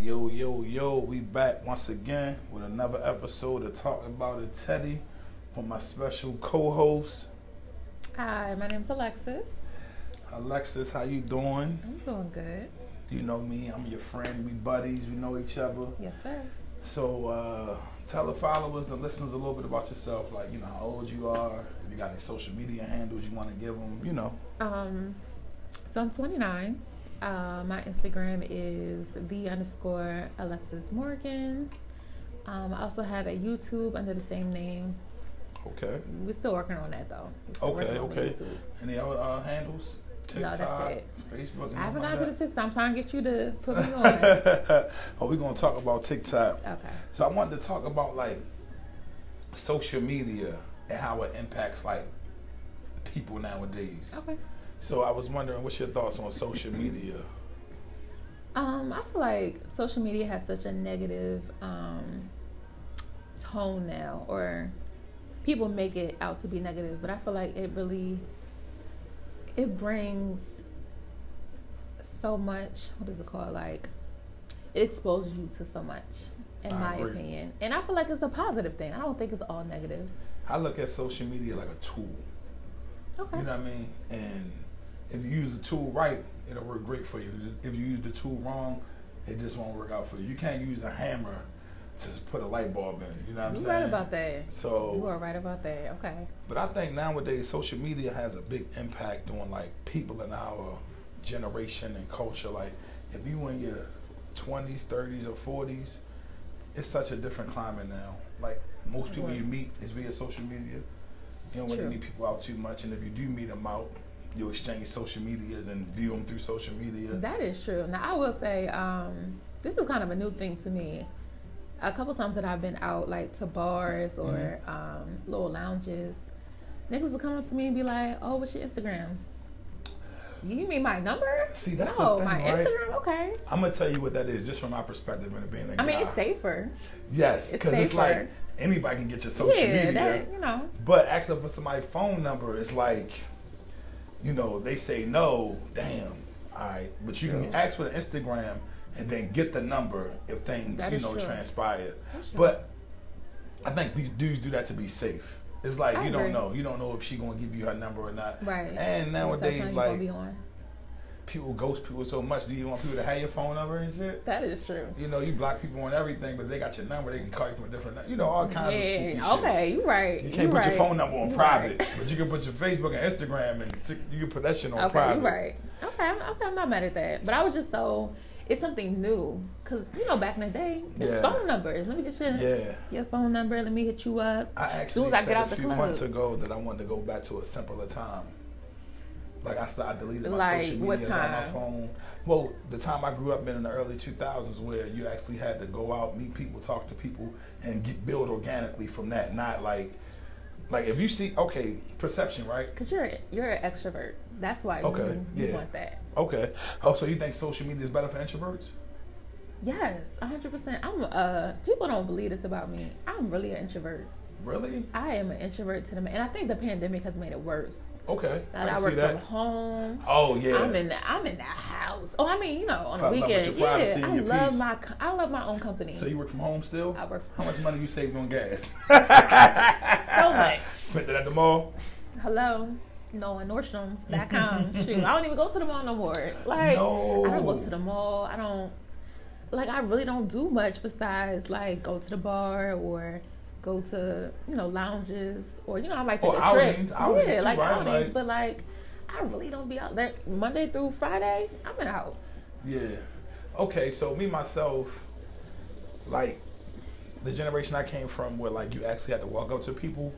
Yo, yo, yo, we back once again with another episode of Talk About It Teddy with my special co-host, Hi, my name's Alexis. Alexis. How you doing? I'm doing good. You know me, I'm your friend, we buddies, we know each other. Yes, sir. So uh, tell the followers, the listeners a little bit about yourself, like, you know, how old you are, if you got any social media handles you want to give them, you know. Um, so I'm 29. Uh, my Instagram is the underscore Alexis Morgan. Um, I also have a YouTube under the same name. Okay. We're still working on that though. We're still Okay, working on the okay. YouTube. Any other uh, handles? No, TikTok, that's it. Facebook, and I haven't like gone to the that? TikTok. I'm trying to get you to put me on. okay. oh, we're gonna talk about TikTok. So I wanted to talk about like social media and how it impacts like people nowadays. Okay. So I was wondering, what's your thoughts on social media? Um, I feel like social media has such a negative um, tone now, or people make it out to be negative, but I feel like it really it brings so much. What is it called? Like it exposes you to so much, in I my agree. opinion. And I feel like it's a positive thing. I don't think it's all negative. I look at social media like a tool. Okay. You know what I mean? And if you use the tool right, it'll work great for you. If you use the tool wrong, it just won't work out for you. You can't use a hammer to put a light bulb in. You know what I'm You're saying? right about that. So You are right about that. Okay. But I think nowadays social media has a big impact on like people in our generation and culture. Like if you in your twenties, thirties or forties, it's such a different climate now. Like most people you meet is via social media. You don't really True. meet people out too much and if you do meet them out, you exchange social medias and view them through social media. That is true. Now I will say, um, this is kind of a new thing to me. A couple times that I've been out like to bars or Mm-hmm. um, little lounges, niggas will come up to me and be like, "Oh, what's your Instagram?" You mean my number? See, that's the no, thing, my right? Instagram. Okay. I'm gonna tell you what that is, just from my perspective and being a I mean, guy. it's safer. Yes, it's because it's, safer. like anybody can get your social yeah, media. that you know. But asking for somebody's phone number is like, you know, they say no, damn. All right. But you can True. ask for the Instagram and then get the number if things, That you is know, true. transpire. That's true. But I think we dudes do that to be safe. It's like I you don't agree. know. You don't know if she gonna give you her number or not. Right. And nowadays, Sometimes you gonna like be on. people ghost people so much. Do you want people to have your phone number and shit? that is true. You know, you block people on everything, but they got your number. They can call you from a different. nu- You know, all kinds of spooky Yeah. shit. Okay, you're right. You you can't put your right. phone number on You private, right. but you can put your Facebook and Instagram, and t- you can put that shit on Okay, private. you're right. Okay, I'm, okay, I'm not mad at that. But I was just so it's something new because you know back in the day, it's Yeah. phone numbers. Let me get your Yeah, your phone number. Let me hit you up. I actually as I said get out a the few club. months ago that I wanted to go back to a simpler time. Like I, st- I deleted my Like, social what media on my time? phone. Well, the time I grew up in, in the early 2000s, where you actually had to go out, meet people, talk to people, and get, build organically from that. Not like, like if you see, okay, perception, right? Cause you're you're an extrovert. That's why Okay, you, you yeah. want that. Okay. Oh, so you think social media is better for introverts? Yes, 100. percent I'm uh people don't believe this about me. I'm really an introvert. Really? I am an introvert to the man, and I think the pandemic has made it worse. Okay. That can I, see work that. from home. Oh yeah. I'm in the I'm in the house. Oh, I mean, you know, on the Probably about weekend, your privacy yeah, and I your love peace. my co- I love my own company. so you work from home still? I work How much money you saved on gas? so much. Spent it at the mall. Hello, no on Nordstrom's.com. Shoot, I don't even go to the mall no more. Like, I don't No. go to the mall. I don't like I really don't do much besides like go to the bar or go to you know lounges or you know I might take Or a outings, trip. outings yeah, too, like right? outings, Like- but like I really don't be out there Monday through Friday. I'm in the house. Yeah. Okay, so me myself, like the generation I came from, where like you actually had to walk up to people,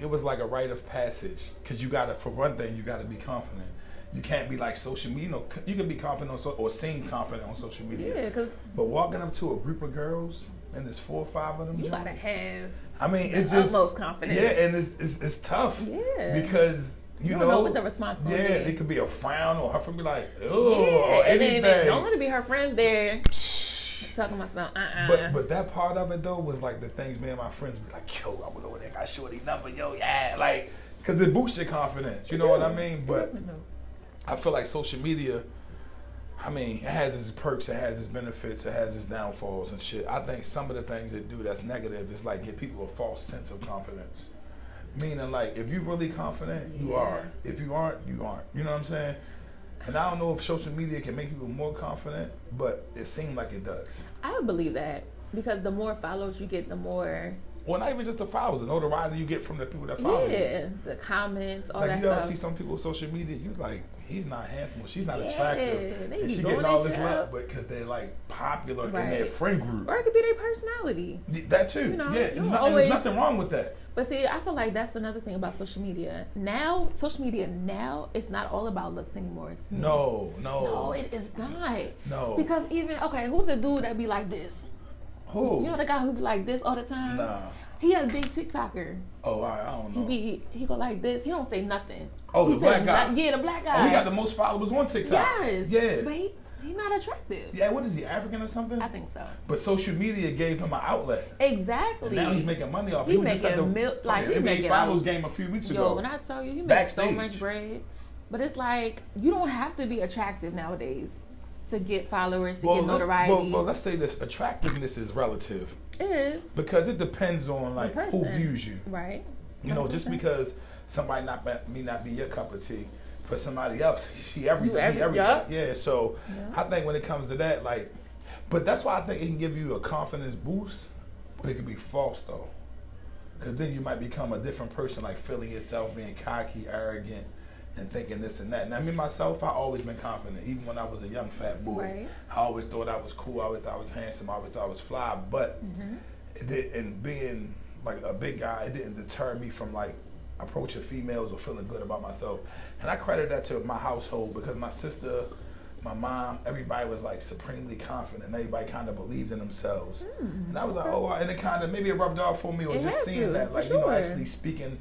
it was like a rite of passage because you gotta, for one thing, you gotta be confident. You can't be like social media. You, know, c- you can be confident on so, or seem confident on social media, Yeah, cause but walking up to a group of girls and there's four or five of them. you gotta joints, have I mean, it's the just utmost confidence. Yeah, and it's it's, it's tough. Yeah. Because you, You don't know what the response gonna Yeah, be. it could be a frown or her from be like, oh, yeah, or and anything. then don't let it be her friends there talking about something. Uh uh but but that part of it though was like the things me and my friends be like, yo, I went over there, got shorty number, yo, yeah, like, cause it boosts your confidence. You know what I mean? But I feel like social media I mean, it has its perks, it has its benefits, it has its downfalls and shit. I think some of the things it do that's negative is like give people a false sense of confidence. Meaning, like, if you really confident, you Yeah. are. If you aren't, you aren't. You know what I'm saying? And I don't know if social media can make people more confident, but it seems like it does. I would believe that because the more followers you get, the more Well, not even just the followers, the notoriety you get from the people that follow you. yeah, the comments, all like that you ever stuff. see some people on social media, you like, he's not handsome, or she's not Yeah, attractive, they and be she blowing getting all that this shit love, up. but because they're like popular in their Right. friend group. or it could be their personality. Y- That too, You know, yeah. you no- don't and always- there's nothing wrong with that. But see, I feel like that's another thing about social media. Now, social media now, it's not all about looks anymore. It's No, no, Mm. no, it is not. No. Because even okay, who's the dude that be like this? Who? You know the guy who be like this all the time. nah. He a big TikToker. Oh, I, I don't He know. be he go like this. He don't say nothing. Oh, he the say black guy. no- yeah, the black Oh, guy. he got the most followers on TikTok. yes. Yeah. But he, he not attractive. Yeah. What is he? African or something? I think so. But social media gave him an outlet. Exactly. Now he's making money off. it. He was just at the making mil- like, fucking he NBA making- Finals game a few weeks Yo, ago. when I tell you, he makes so Backstage. much bread. But it's like you don't have to be attractive nowadays to get followers, to well, get let's, notoriety. well, well, let's say this attractiveness is relative it is because it depends on like who person. views you. right. You know, just 100%. because somebody not be- may not be your cup of tea, for somebody else, she everything. You every- he everything. yup. Yeah. So Yup. I think when it comes to that, like, but that's why I think it can give you a confidence boost, but it can be false though, because then you might become a different person, like feeling yourself being cocky, arrogant. And thinking this and that. Now, me myself, I always been confident. Even when I was a young fat boy, Right. I always thought I was cool. I always thought I was handsome. I always thought I was fly. But it did, and being like a big guy, it didn't deter me from like approaching females or feeling good about myself. And I credit that to my household because my sister, my mom, everybody was like supremely confident. Everybody kind of believed in themselves, and I was like, oh, and it kind of maybe it rubbed off for me or It just has seeing to, that, for like you know, sure. actually speaking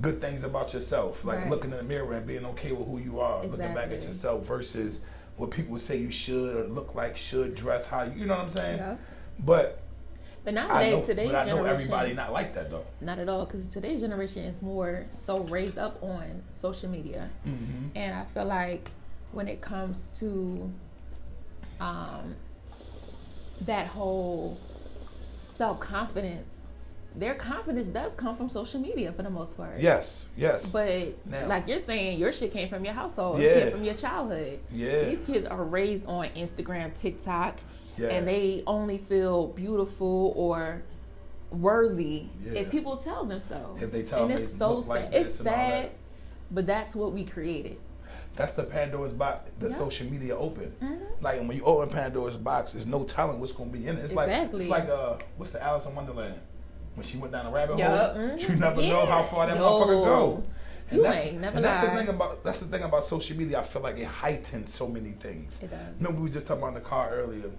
good things about yourself, like Right. looking in the mirror and being okay with who you are, looking back at Exactly. yourself versus what people say you should or look like, should dress how you, you know what I'm saying? Yup. But But I nowadays, know, today's but I know generation, everybody not like that though. not at all, because today's generation is more so raised up on social media. Mm-hmm. And I feel like when it comes to um, that whole self confidence, their confidence does come from social media for the most part. Yes, yes. But Now- like you're saying, your shit came from your household. It Yeah. came from your childhood. Yeah. These kids are raised on Instagram, TikTok, Yeah. and they only feel beautiful or worthy Yeah. if people tell them so. If they tell and them it's they so look like sad. this it's and all that. sad, but that's what we created. That's the Pandora's box. The Yeah. Mm-hmm. social media open. Like when you open Pandora's box, there's no telling what's gonna be in it. It's Exactly. like it's like uh, what's the Alice in Wonderland when she went down a rabbit Yup. hole. Mhm. You never know Yeah. how far that Yo. motherfucker go. And You that's, ain't never and that's the lie. thing about that's the thing about social media. I feel like it heightens so many things. It does. Remember we were just talking about in the car earlier,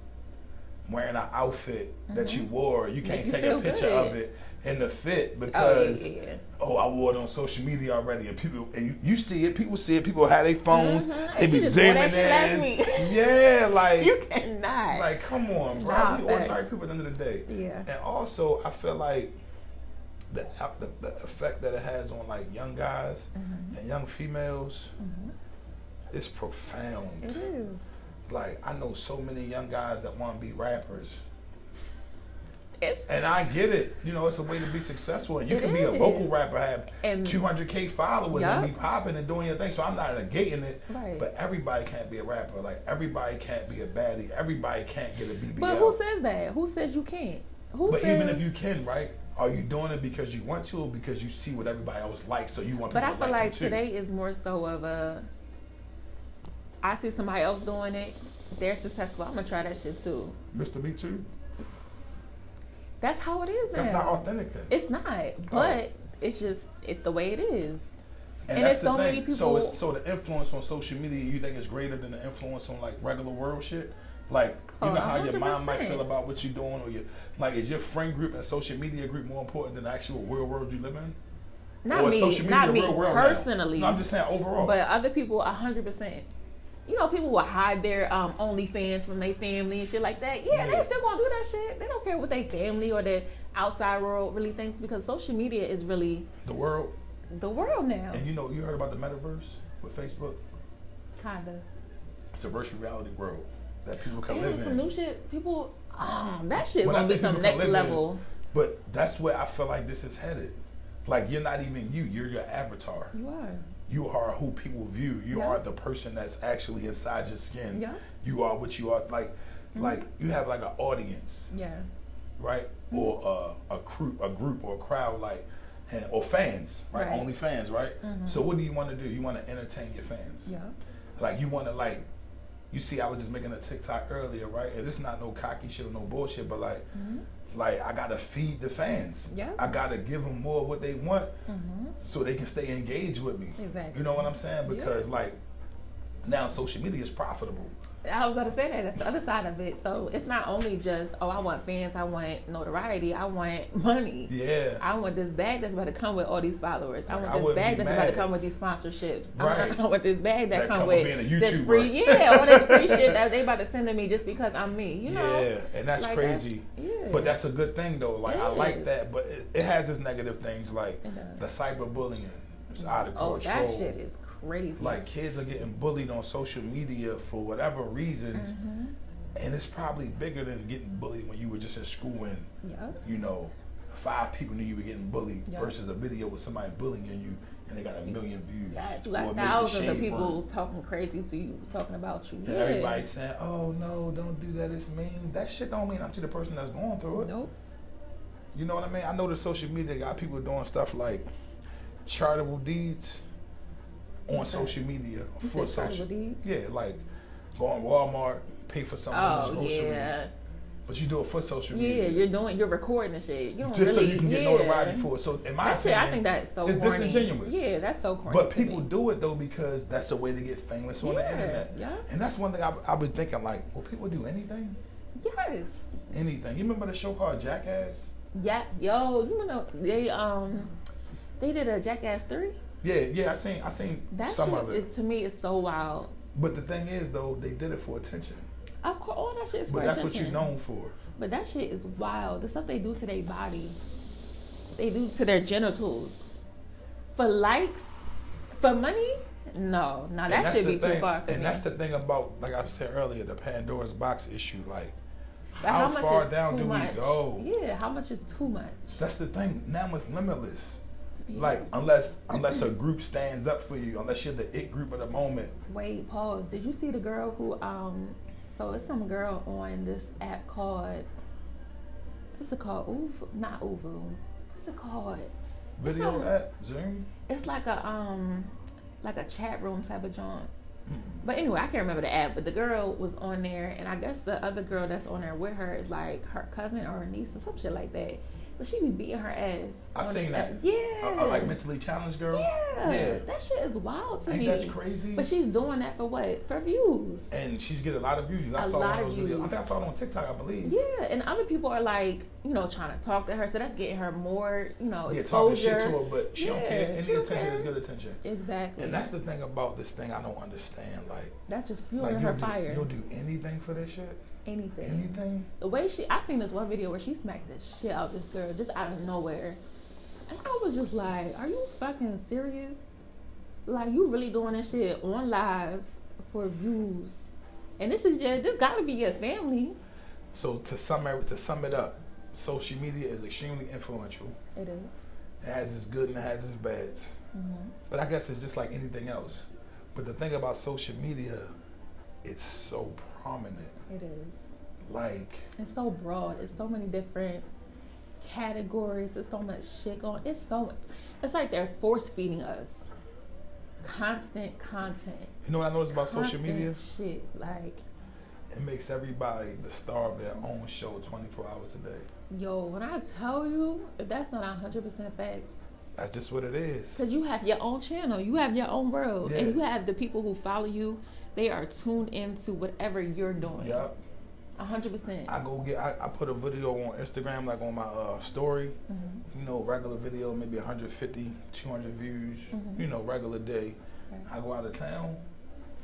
wearing an outfit that you wore. You can't Mm-hmm. you take a feel picture good. of it in the fit Oh because yeah, yeah, yeah. oh, I wore it on social media already, and people, and you, you see it, people see it, people have their phones, Mhm. they You be just wore zooming that shit last in. week. yeah, like, You cannot. like, come on, bro. Nah, we facts. ordinary people at the end of the day. yeah. And also, I feel like the, the the effect that it has on like young guys Mm-hmm. and young females is profound. It is. Like, I know so many young guys that want to be rappers. It's And I get it. You know, it's a way to be successful. And you It can be a local is. rapper, have And- 200K followers, Yup. and be popping and doing your thing. So I'm not negating it. Right. But everybody can't be a rapper. Like, everybody can't be a baddie. Everybody can't get a BBL. but who says that? Who says you can't? Who But says? even if you can, right? Are you doing it because you want to or because you see what everybody else likes so you want people but I to feel like like you too? today is more so of a. I see somebody else doing it. They're successful. I'm gonna try that shit too. Mr. Me Too? That's how it is now. That's not authentic then. It's Oh. not. But it's just it's the way it is. and that's it's the so many So, people- it's, so the influence on social media, you think is greater than the influence on like regular world shit? Like, you Oh, know how your mom 100%. might feel about what you're doing, or your like, is your friend group and social media group more important than the actual real world you live in? Not or is me. social media not the me real world now? personally. No, I'm just saying overall. But other people, a hundred percent. You know, people will hide their um, OnlyFans from their family and shit like that. Yeah, Yeah. they still gonna do that shit. They don't care what their family or their outside world really thinks because social media is really the world, the world now. and you know, you heard about the metaverse with Facebook. Kinda. It's a virtual reality world that people can Yeah, live some in. new shit. People, oh, that shit When I gonna be say some people can next live in- level. But that's where I feel like this is headed. Like you're not even you. You're your avatar. You are. You are who people view. You Yeah. are the person that's actually inside your skin. Yeah. Mm-hmm. You are what you are. Like, like you have like an audience, Yeah. right? Mm-hmm. Or a a group, a group or a crowd, like, and- or fans, right? Right. Mm-hmm. Only fans, right? So what do you want to do? You want to entertain your fans. Yeah. Like you want to like, you see, I was just making a TikTok earlier, right? And it's not no cocky shit or no bullshit, but like, like I gotta feed the fans. Mm-hmm. Yeah. I gotta give them more of what they want, Mm-hmm. so they can stay engaged with me. Exactly. You know what I'm saying? Yeah. Because like, now social media is profitable. I was about to say that. That's the other side of it. So it's not only just oh, I want fans, I want notoriety, I want money. Yeah. I want this bag that's about to come with all these followers. I Like, want I this wouldn't bag be that's about to mad. come with these sponsorships. I Right. want- I want this bag that, That come, come with with being a this YouTuber. free, yeah, all this free shit that they about to send to me just because I'm me. You know, yeah, and that's Like, that's- crazy. yeah. But that's a good thing though. Like It I like is. that, but it, it has its negative things like It does. the cyberbullying. It's out of oh, control. that shit is crazy. like kids are getting bullied on social media for whatever reasons Mm-hmm. and it's probably bigger than getting bullied when you were just in school and yeah, you know five people knew you were getting bullied Yeah. versus a video with somebody bullying you and they got a million views God, you Or a million got thousands of shade people burn. talking crazy to you, talking about you. and Yeah. everybody's saying oh no don't do that it's mean that shit don't mean i'm to the person that's going through it Nope. you know what i mean i know the social media got people doing stuff like charitable deeds on Okay. social media You for said social tribal deeds? Yeah, like go on Walmart, pay for something on Oh those groceries, yeah, but you do it for social yeah. media. You're doing, you're recording the shit. You don't Just really, so you can get yeah. notoriety for it. So in my That shit, opinion, I think that's so it's corny. disingenuous. Yeah, that's so corny. But to people me. do it though because that's a way to get famous on the Yeah, internet. yeah. And that's one thing I, I was thinking like, will people do anything? Yes. Anything. You remember the show called Jackass? Yeah. Yo, you know they um they did a Jackass three. Yeah, yeah, I seen I seen That some shit of it. is to me is so wild. but the thing is though, they did it for attention. Of course, all that shit is for But that's attention. what you're known for. But that shit is wild. The stuff they do to their body, they do to their genitals for likes, for money. No, no, And that that's should the be thing- too far for And me. that's the thing about, like I said earlier, the Pandora's box issue. Like, But how far down do too we much? go? Yeah, how much is too much? That's the thing. Now it's limitless. Like unless unless a group stands up for you, unless you're the it group of the moment. Wait, pause. Did you see the girl who um so it's some girl on this app called what's it called? Uvu not Uvu. What's it called? Video not- at Zoom. It's like a um like a chat room type of joint. Hmm. But anyway, I can't remember the app, but the girl was on there and I guess the other girl that's on there with her is like her cousin or her niece or some shit like that. But she be beating her ass. I on seen this app. that. Yeah. A, a, like mentally challenged girl. yeah. Yeah. That shit is wild to Ain't me. that's crazy? But she's doing that for what? For views. and she's getting a lot of views. I A saw lot one of of those videos. I views. think I saw it on TikTok, I believe. Yeah, and other people are like, you know, trying to talk to her, so that's getting her more, you know, Yeah, talking exposure. shit to her, but she don't Yeah, care. Any she don't attention care. is good attention. Exactly. And that's the thing about this thing I don't understand. Like, that's just fueling like her you'll, do, fire. you'll do anything for this shit. anything. Anything. The way she, I seen this one video where she smacked the shit out of this girl just out of nowhere, and I was just like, "Are you fucking serious? Like, you really doing this shit on live for views? And this is your, this gotta be your family. So to sum it- to sum it up, social media is extremely influential. It is. Mm-hmm. It has its good and it has its bads. But I guess it's just like anything else. But the thing about social media, it's so prominent. It is. Like, It's so broad. It's so many different categories. It's so much shit going. It's so. It's like they're force feeding us constant content. you know what I noticed about social constant media? Shit, like It makes everybody the star of their own show 24 hours a day. yo, when I tell you, if that's not hundred percent facts, That's just what it is. because you have your own channel, you have your own world, and Yeah. you have the people who follow you. They are tuned into whatever you're doing. Yup. hundred percent. I go get, I, I put a video on Instagram, like on my uh, story, Mm-hmm. you know, regular video, maybe 150, 200 views, Mm-hmm. you know, regular day. I go out of town,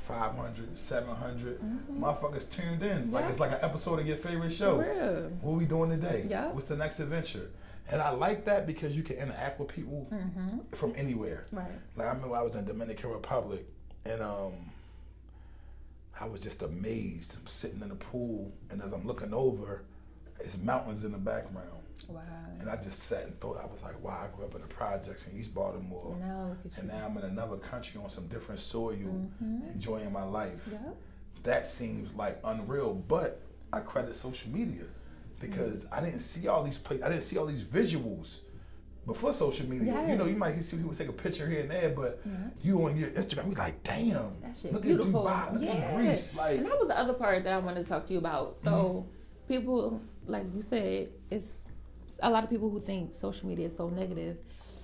500, 700. Motherfuckers tuned in. Like Mm-hmm. Yeah. it's like an episode of your favorite show. Real. What we doing today? Yeah. What's the next adventure? And I like that because you can interact with people Mm-hmm. from anywhere. Right. Like I remember I was in Dominican Republic and um I was just amazed. I'm sitting in the pool, and as I'm looking over, it's mountains in the background. Wow. And I just sat and thought, I was like, wow, I grew up in the projects in East Baltimore. Now look at you. And now I'm in another country on some different soil, enjoying my life. Yep. That seems like unreal, but I credit social media Mm. because I didn't see all these pla- I didn't see all these visuals before social media. You know, you Yes. might see people take a picture here and there, but you on your Instagram, we like, damn, That shit look beautiful. at Dubai, look yeah. at Greece, like Mm-hmm. and that was the other part that I wanted to talk to you about. So people, like you said, it's a lot of people who think social media is so negative.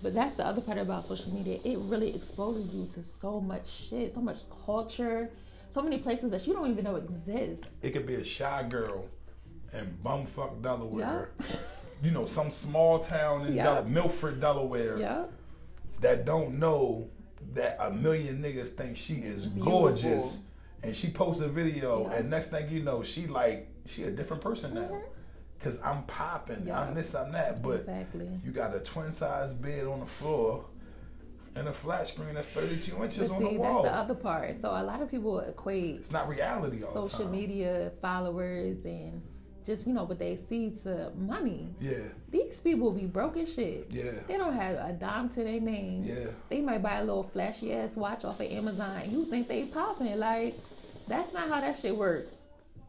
But that's the other part about social media. It really exposes you to so much shit, so much culture, so many places that you don't even know exist. it could be a shy girl in bumfuck Delaware. Yeah. You know, some small town in Yeah. Del- Milford, Delaware, Yeah. that don't know that a million niggas think she is gorgeous, and she posts a video, Yeah. and next thing you know, she like she a different person now, cause I'm popping, Mm-hmm. Yeah. I'm this, I'm that, but Exactly. you got a twin size bed on the floor. And a flat screen that's 32 inches But on the see, that's wall. the other part. So a lot of people equate it's not reality all the social time. media followers and just you know what they see to money. Yeah, These people be broke as shit. yeah, They don't have a dime to their name. yeah. They might buy a little flashy ass watch off of Amazon. You think they popping? Like that's not how that shit work.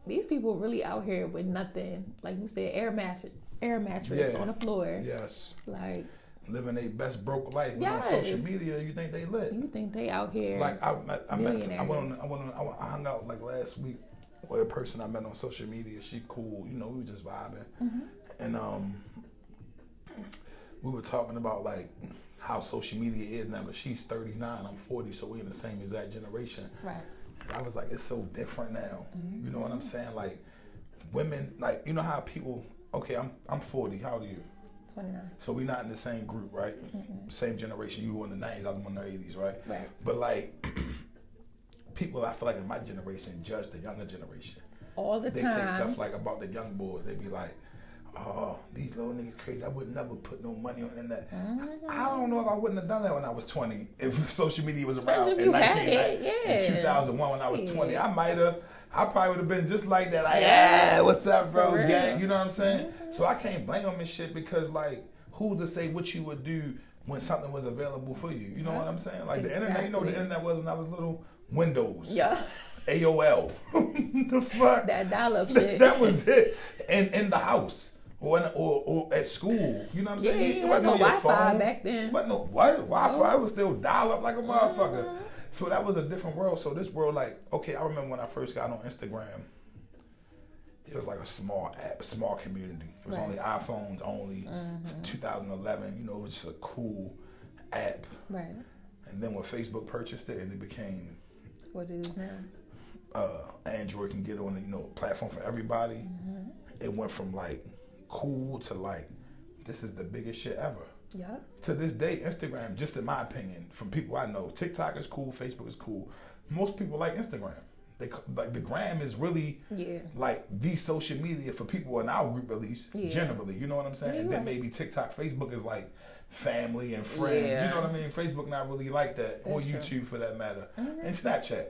These people really out here with nothing. Like you said, air mattress, air mattress Yeah. on the floor. Yes. Like living their best broke life. But Yes. on social media, you think they lit. you think they out here? Like I, I, I met, some- I went, on, Millionaires. I went, on, I went- I hung out like last week with a person I met on social media. She cool, you know, we were just vibing, and um, we were talking about like how social media is now. But she's thirty nine, I'm forty, so we're in the same exact generation. right. And I was like, it's so different now. You know what I'm saying? Like women, like you know how people. Okay, I'm I'm forty. How old are you? Twenty nine. So we're not in the same group, right? Same generation. You were in the 90s, I was in the 80s, right? Right. But like, people, I feel like in my generation judge the younger generation. All the They say time. stuff like about the young boys. They be like, oh, these little niggas crazy. I would never put no money on the internet. Mm. I don't know if I wouldn't have done that when I was 20 if social media was around Especially if in, you had 19, it, in yeah. 2001 when I was 20. Shit. I might have. I probably would have been just like that. Like, Yeah. yeah, what's up, bro? For real. Mm-hmm. Gang, you know what I'm saying? So I can't blame them and shit because like, who's to say what you would do when something was available for you? You know what I'm saying? Like the internet. You know what the Exactly. internet was when I was little. Windows. yeah. AOL. the fuck. That dial up That, shit. that was it. And in the house or, in, or or at school. You know what I'm Yeah, saying? you It had wasn't no on your Wi-Fi phone. back Oh. then. Wasn't no what? Wi-Fi was still dial up like a motherfucker. Uh-huh. So that was a different world. So this world, like, okay, I remember when I first got on Instagram. It was like a small app, a small community. It was Right. Mm-hmm. only iPhones only. 2011, you know, it was just a cool app. right. And then when Facebook purchased it, and it became What it is now. uh, Android can get on the you know platform for everybody. Mm-hmm. It went from like cool to like this is the biggest shit ever. Yup. To this day, Instagram, just in my opinion, from people I know, TikTok is cool, Facebook is cool. Most people like Instagram. They c- like the gram is really Yeah. like the social media for people in our group at least Yeah. generally you know what i'm saying Yeah, and then you're right. maybe tiktok facebook is like family and friends you Yeah. know what i mean facebook not really like that or That's true. Mm-hmm. youtube for that matter and snapchat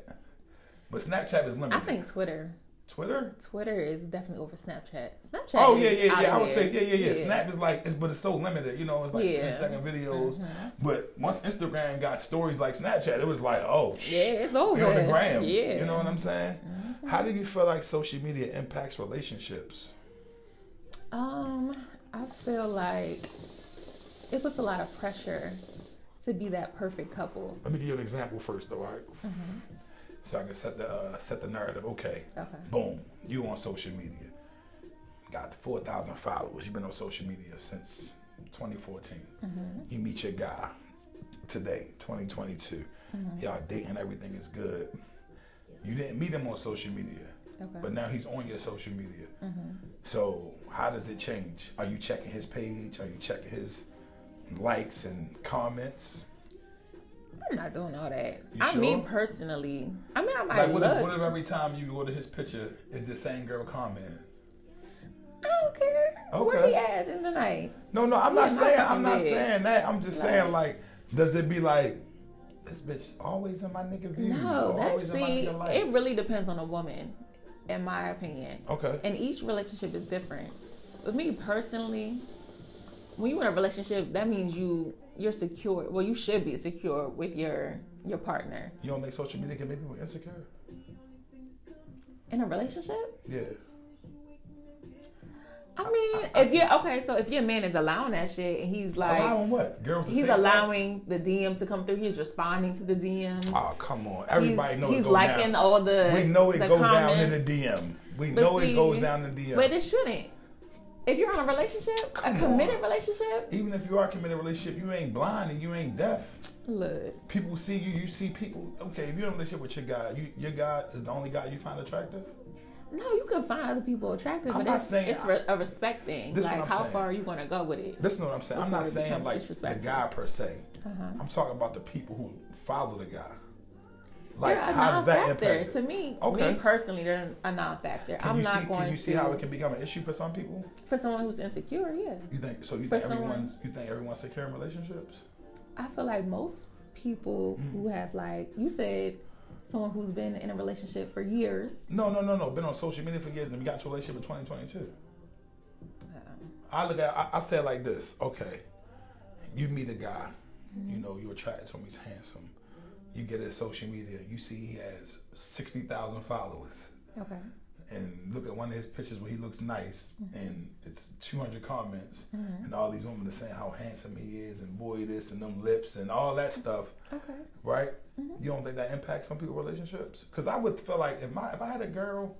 but snapchat is I limited think Twitter. twitter Twitter is definitely over Snapchat. Snapchat. Oh yeah, is yeah, out yeah. I of would say here. yeah, yeah, yeah. Snap is like it's, but it's so limited. You know, it's like Yeah. Mm-hmm. 10 second videos. But once Instagram got stories like Snapchat, it was like, oh, shh, Yeah, it's we on the over. gram. Yeah. Mm-hmm. you know what I'm saying. How do you feel like social media impacts relationships? Um, I feel like it puts a lot of pressure to be that perfect couple. Let me give you an example first, though, all right? Mm-hmm. So I can set the uh, set the narrative. Okay, Okay. boom, you on social media, got four thousand followers. You've been on social media since 2014. Mm-hmm. You meet your guy today, 2022. Mm-hmm. Y'all dating, everything is good. You didn't meet him on social media, Okay. but now he's on your social media. Mm-hmm. So how does it change? Are you checking his page? Are you checking his likes and comments? I'm not doing all that. You I mean, sure? personally, I mean, I might Like, what if, look. what if every time you go to his picture, it's the same girl comment? I don't care. Where Okay. he at in the night? No, no, I'm not Yeah, my saying I'm fucking not bed. saying that. I'm just saying like, does it be like this bitch always in my nigga view. No, that see, it really depends on a woman, in my opinion. Okay. And each relationship is different. With me personally, when you're in a relationship, that means you you're secure. Well, you should be secure with your your partner You don't think social media can make people insecure? in a relationship. Yeah. I mean, I- I if you're okay, so if your man is allowing that shit and he's like allowing what? Girls. To he's say stuff? allowing the DM to come through, he's responding to the DMs. Oh come on! Everybody he's, knows he's it go liking down. all the We know it the goes comments, down in the DM. We But know see, it goes down in the DM. But it shouldn't. If you're in a relationship, Come a committed on. relationship, Even if you are committed in a relationship, you ain't blind and you ain't deaf. look. People see you. You see people. Okay, if you're in a relationship with your guy, you, your guy is the only guy you find attractive. No, you can find other people attractive, I'm but not it's, saying- it's re- a respect thing. This is Like, what I'm how saying. far are you going to go with it? Listen to what I'm saying. I'm Before not it saying becomes like the disrespectful. guy per se. Uh-huh. I'm talking about the people who follow the guy. Like, they're a how does that non-factor impact? to it? me. Okay. Me personally, they're a non-factor. Can I'm you not see, going Can you to see how it can become an issue for some people? for someone who's insecure. Yeah, You think so? You For think someone- everyone's? You think everyone's secure in relationships? I feel like most people Mm. who have like you said, someone who's been in a relationship for years. No, no, no, no. Been on social media for years, and we got to a relationship in 2022. Um, I look at. I, I say it like this. Okay, you meet a guy. Mm-hmm. You know you're attracted to him. He's handsome. You get his social media. You see he has sixty thousand followers. okay. and look at one of his pictures where he looks nice Mm-hmm. and it's 200 comments and all these women are saying how handsome he is and boy this and them lips and all that stuff Okay. right Mm-hmm. you don't think that impacts some people's relationships because i would feel like if my if i had a girl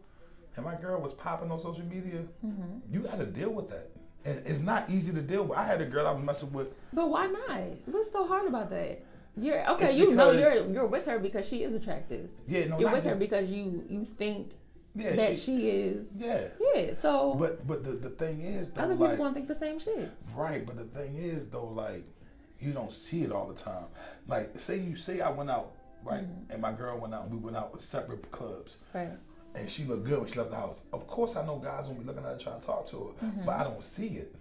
and my girl was popping on social media Mm-hmm. you got to deal with that and it's not easy to deal with i had a girl i was messing with But why not? What's so hard about that? You're okay. It's you know because- you're you're with her because she is attractive. yeah no You're not with her just- because you you think yeah, that she- she is. yeah Yeah. So but but the, the thing is though, other people like, gonna think the same shit. Right, but the thing is though, like you don't see it all the time. Like say you say I went out, right, Mm-hmm. and my girl went out and we went out with separate clubs Right. and she looked good when she left the house. Of course I know guys won't be looking at her trying to talk to her, but I don't see it.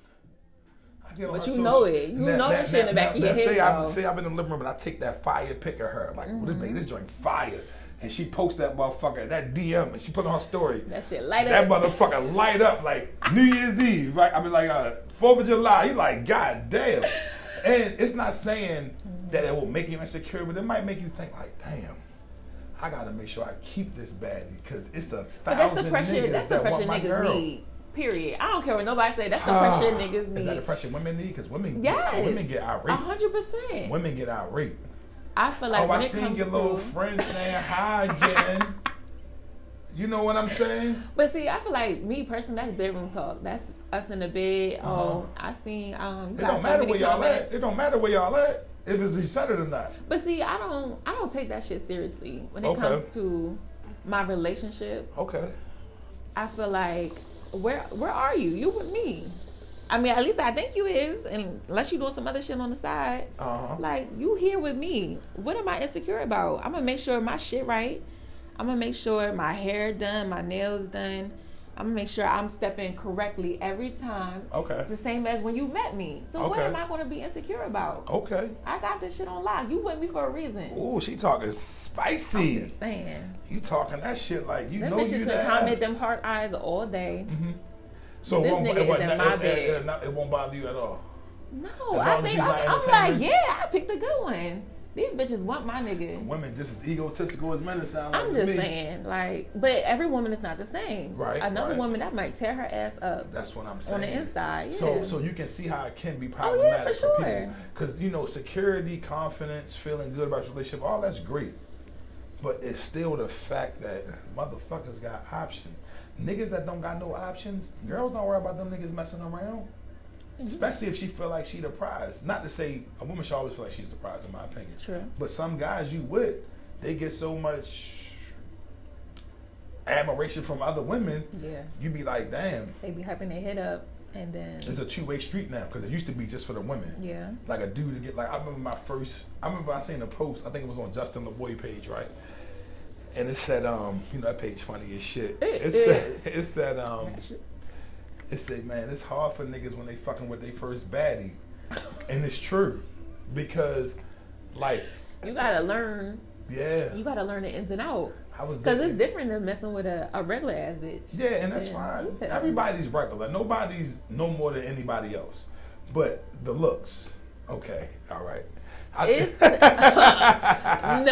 I get on Mm-hmm. But her you social- know it. You know that shit in the back of your now, head, Say I'm, though. Mm-hmm. say I'm in the living room and I take that fire pic of her, like well, this baby, this joint fire, and she posts that motherfucker that DM and she put it on her story. That shit light That up. motherfucker light up like New Year's Eve, right? I mean, like uh, Fourth of July. You like, God damn. And it's not saying that it will make you insecure, but it might make you think like, damn, I gotta make sure I keep this baddie because it's a thousand But that's the pressure. niggas That's the that pressure want my niggas girl. need. Period. I don't care what nobody say. That's the Ah, pressure niggas Is that the need. pressure women need? Because women, Yes. get, women get A irate. hundred percent. Women get irate. I feel like oh, when I it seen comes your little to, friend saying hi again. you know what I'm saying? but see, I feel like me personally, that's bedroom talk. That's us in the bed. Uh-huh. Oh, I seen. Um, you It got don't so matter many where y'all comments. at. It don't matter where y'all at. If it's you said it or not. But see, I don't. I don't take that shit seriously when it Okay. comes to my relationship. Okay. I feel like where where are you? You with me? I mean, at least I think you is, and unless you doing some other shit on the side. Uh huh. Like you here with me. What am I insecure about? I'm gonna make sure my shit right. I'm gonna make sure my hair done, my nails done. I'm gonna make sure I'm stepping correctly every time. Okay. It's the same as when you met me. So what Okay. am I gonna be insecure about? Okay. I got this shit on lock. You with me for a reason. Ooh, she talking spicy. Just saying. You talking that shit like you Them know bitches you been that. comment them hard eyes all day. so this it won't, nigga it, is won't- in it- my it- bed. it- it not- it won't bother you at all. No, As I long as think he's not I'm, I'm like, entertaining. yeah, I picked a good one. These bitches want my nigga. Women just as egotistical as men. It sounds like I'm to just me. saying, like, but every woman is not the same. Right, Another right. woman that might tear her ass up That's what I'm saying. on the inside. Yeah. So, so you can see how it can be Oh, yeah, for problematic for, sure. people, because you know, security, confidence, feeling good about your relationship, all that's great, but it's still the fact that motherfuckers got options. Niggas that don't got no options, girls don't worry about them niggas messing around. Mm-hmm. Especially if she feel like she the prize. Not to say a woman should always feel like she's the prize, in my opinion. True. But some guys you with, they get so much admiration from other women. yeah, You be like, damn, they be hyping their head up, and then it's a two way street now because it used to be just for the women. yeah, Like a dude to get like I remember my first I remember I seen a post I think it was on Justin LeBoy page right, and it said um you know that page funny as shit. It said is. it said um it said man it's hard for niggas when they fucking with their first baddie, and it's true because like you gotta learn. Yeah. You gotta learn the ins and out. I was Because there. it's different than messing with a, a regular ass bitch. Yeah, and that's Yeah. fine. Yeah. Everybody's regular. Nobody's no more than anybody else. But the looks, okay, all right. I, It's- No,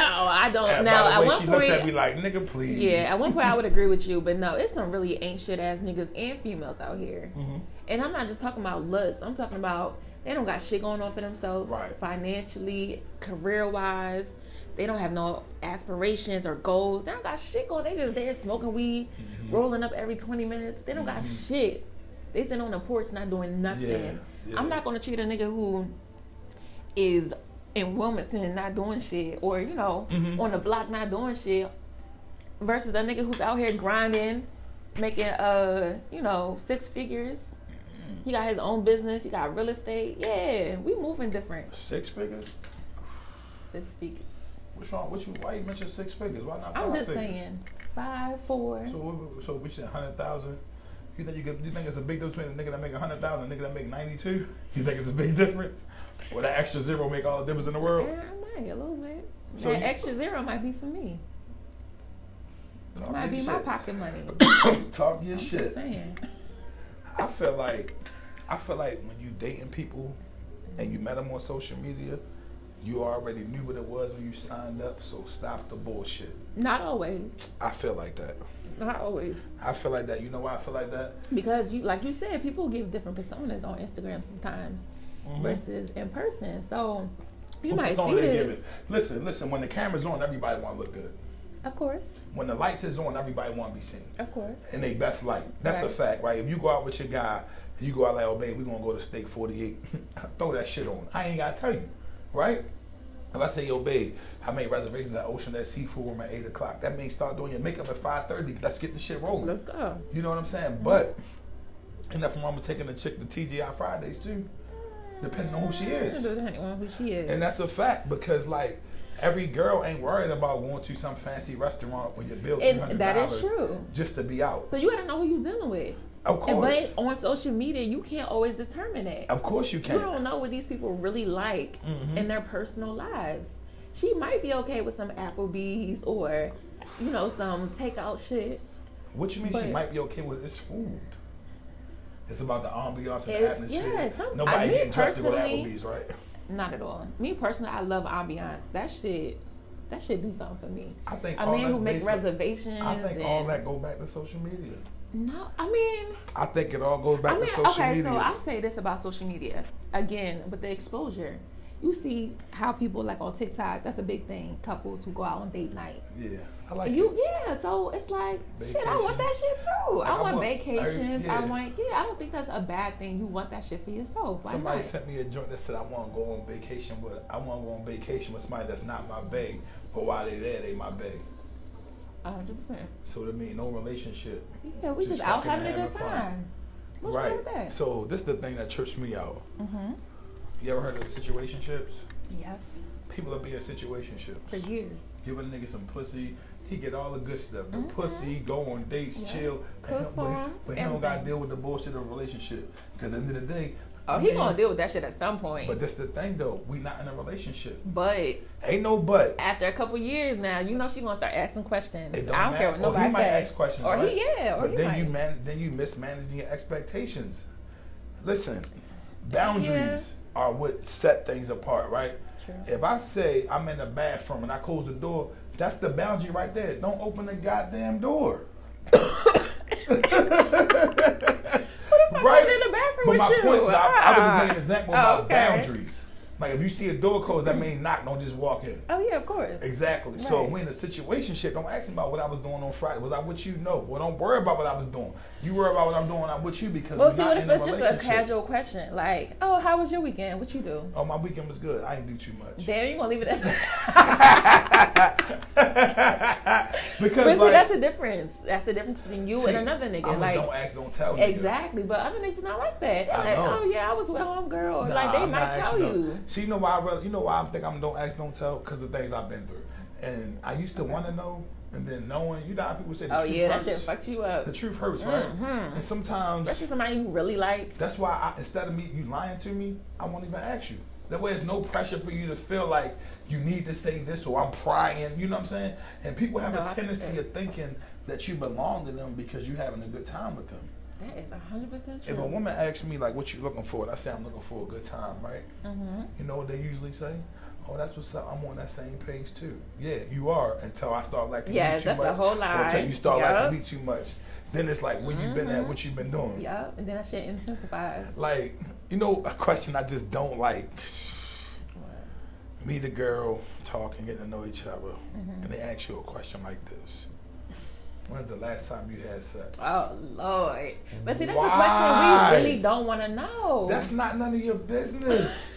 I don't. By now, the at way, one she point, looked at me like, "Nigga, please." yeah, at one point I would agree with you, but no, it's some really ain't shit ass niggas and females out here. Mhm. And I'm not just talking about looks. I'm talking about they don't got shit going on for themselves, Right. financially, career wise. They don't have no aspirations or goals. They don't got shit going. They just there smoking weed, Mm-hmm. rolling up every 20 minutes. They don't got shit. They sitting on the porch not doing nothing. Yeah, yeah. I'm not gonna treat a nigga who is in Wilmington and not doing shit, or you know, Mhm. on the block not doing shit, versus a nigga who's out here grinding, making uh, you know, six figures. He got his own business. He got real estate. Yeah, we moving different. Six figures? Six figures. What's wrong? What you? Why you mention six figures? Why not? Five I'm just figures? saying, five, four. So, what- so we said hundred thousand. You think you could, you think it's a big difference between a nigga that make a hundred thousand, and a nigga that make ninety two? You think it's a big difference? Or that extra zero make all the difference in the Yeah, world? I might a little bit. So that you- extra zero might be for me. Talk Might be your my shit. pocket money. Talk your shit. Just saying. I feel like I feel like when you dating people and you met them on social media, you already knew what it was when you signed up. So stop the bullshit. Not always. I feel like that. Not always. I feel like that. You know why I feel like that? because you like you said people give different personas on instagram sometimes versus in person so you What might Mm-hmm. see persona they this giving? Listen, listen. When the camera's on, everybody want to look good. of course When the lights is on, everybody want to be seen of course in their best light. That's a Right. fact, right? If you go out with your guy, you go out like, "Oh, babe, we gonna go to Steak 48." Throw that shit on. I ain't gotta tell you, right? If I say, yo, babe, I made reservations at Ocean at Seafood Room at 8 o'clock, that means start doing your makeup at 5.30. Let's get the shit rolling. let's go you know what I'm saying? But, ain't nothing wrong with taking a chick to TGI Fridays, too, depending on who she I don't is. know anyone who she is And that's a fact because, like, every girl ain't worried about going to some fancy restaurant when you bill $300 and that is true just to be out. so you gotta know who you're dealing with Of and course. but on social media you can't always determine that of course you you can. don't know what these people really like Mm-hmm. in their personal lives she might be okay with some applebee's or you know some takeout shit What you mean she But- might be okay with this food? It's about the ambiance and It- the atmosphere. yeah, some- Nobody I- me getting dressed to go to personally- Applebee's, right? Not at all. Me personally, I love ambiance. That shit, that shit do something for me. I think A all man that's who make basic- reservations. I think all and- that go back to social media. No, I mean, I think it all goes back I mean, to social okay. media. So I say this about social media again with the exposure. You see how people like on TikTok. That's a big thing. Couples who go out on date night. yeah, I like You yeah. So it's like shit. I want that shit too. I, Like, I want, want- I- vacations. I yeah. want yeah. I don't think that's a bad thing. You want that shit for yourself. Why Somebody not? sent me a joint that said I want to go on vacation with I want to go on vacation with somebody that's not my bae, but while they there, they my bae. A hundred percent. So that mean no relationship. Yeah, we Just just, out fucking having a having good fun. time. What's right. wrong with that? So this is the thing that trips me out. mm-hmm. You ever heard of situationships? Yes, People are being situationships. for years. Give a nigga some pussy. He get all the good stuff. The pussy, go on dates, Mm-hmm. Yeah. chill. Cook and- for but, him, But he don't got to everything. deal with the bullshit of a relationship. Because at the end of the day, Oh, I he mean, gonna deal with that shit at some point. But But, that's the thing though. We not in a relationship. but Ain't no but. after a couple years now, you know she gonna start asking questions. It don't I don't care what matter. Or nobody he might says. ask questions, or right? he yeah, or but he then might. you man, then you mismanaging your expectations. Listen, boundaries are what set things apart, right? True. If I say I'm in the bathroom and I close the door, that's the boundary right there. Don't open the goddamn door. fuck open the bathroom but with my you? Point, I, I was just Ah. making an example Oh, about okay. boundaries. Like if you see a door closed, that means knock. Don't just walk in. Oh yeah, of course. Exactly. So Right. when the situation shit, don't ask me about what I was doing on Friday. Was I with you? No. Well, don't worry about what I was doing. You worry about what I'm doing. I'm with you because Well, we're see, not what in if a it's just relationship. a casual question like, "Oh, how was your weekend? What you do?" Oh, my weekend was good. I didn't do too much. Damn, you gonna leave it at that? because but see, like, that's the difference. That's the difference between you see, and another nigga. I'm a like, don't ask, don't tell. Nigga. exactly. But other niggas not like that. They're I like, know. "Oh yeah, I was with homegirl." Nah, like they I'm not might tell asking no- you. See, you know why I rather, you know why I think I'm don't ask, don't tell because the things I've been through, and I used to want to know, and then knowing, you know, how people say the Oh truth yeah, that hurts. shit fucked you up. the truth hurts, right? Mhm. And sometimes Especially somebody you really like. That's why I, instead of me you lying to me, I won't even ask you. That way, there's no pressure for you to feel like you need to say this or I'm prying. You know what I'm saying? And people have No, I a get tendency that. of thinking that you belong to them because you're having a good time with them. That is hundred percent If a true. woman asks me like, "What you looking for?" and I say, "I'm looking for a good time," right? Mm-hmm. You know what they usually say? Oh, that's what's up. I'm on that same page too. Yeah, you are. Until I start liking Yeah, you too that's the much. whole Or Until lie. you start Yup. liking me too much, then it's like where you been at, Mhm. what you been doing. Yep. And then that shit intensifies. Like, you know, a question I just don't like. Meet a girl, talk and get to know each other, Mhm. and they ask you a question like this: When's the last time you had sex? Oh Lord. But see, that's Why? a question we really don't want to know. That's not none of your business.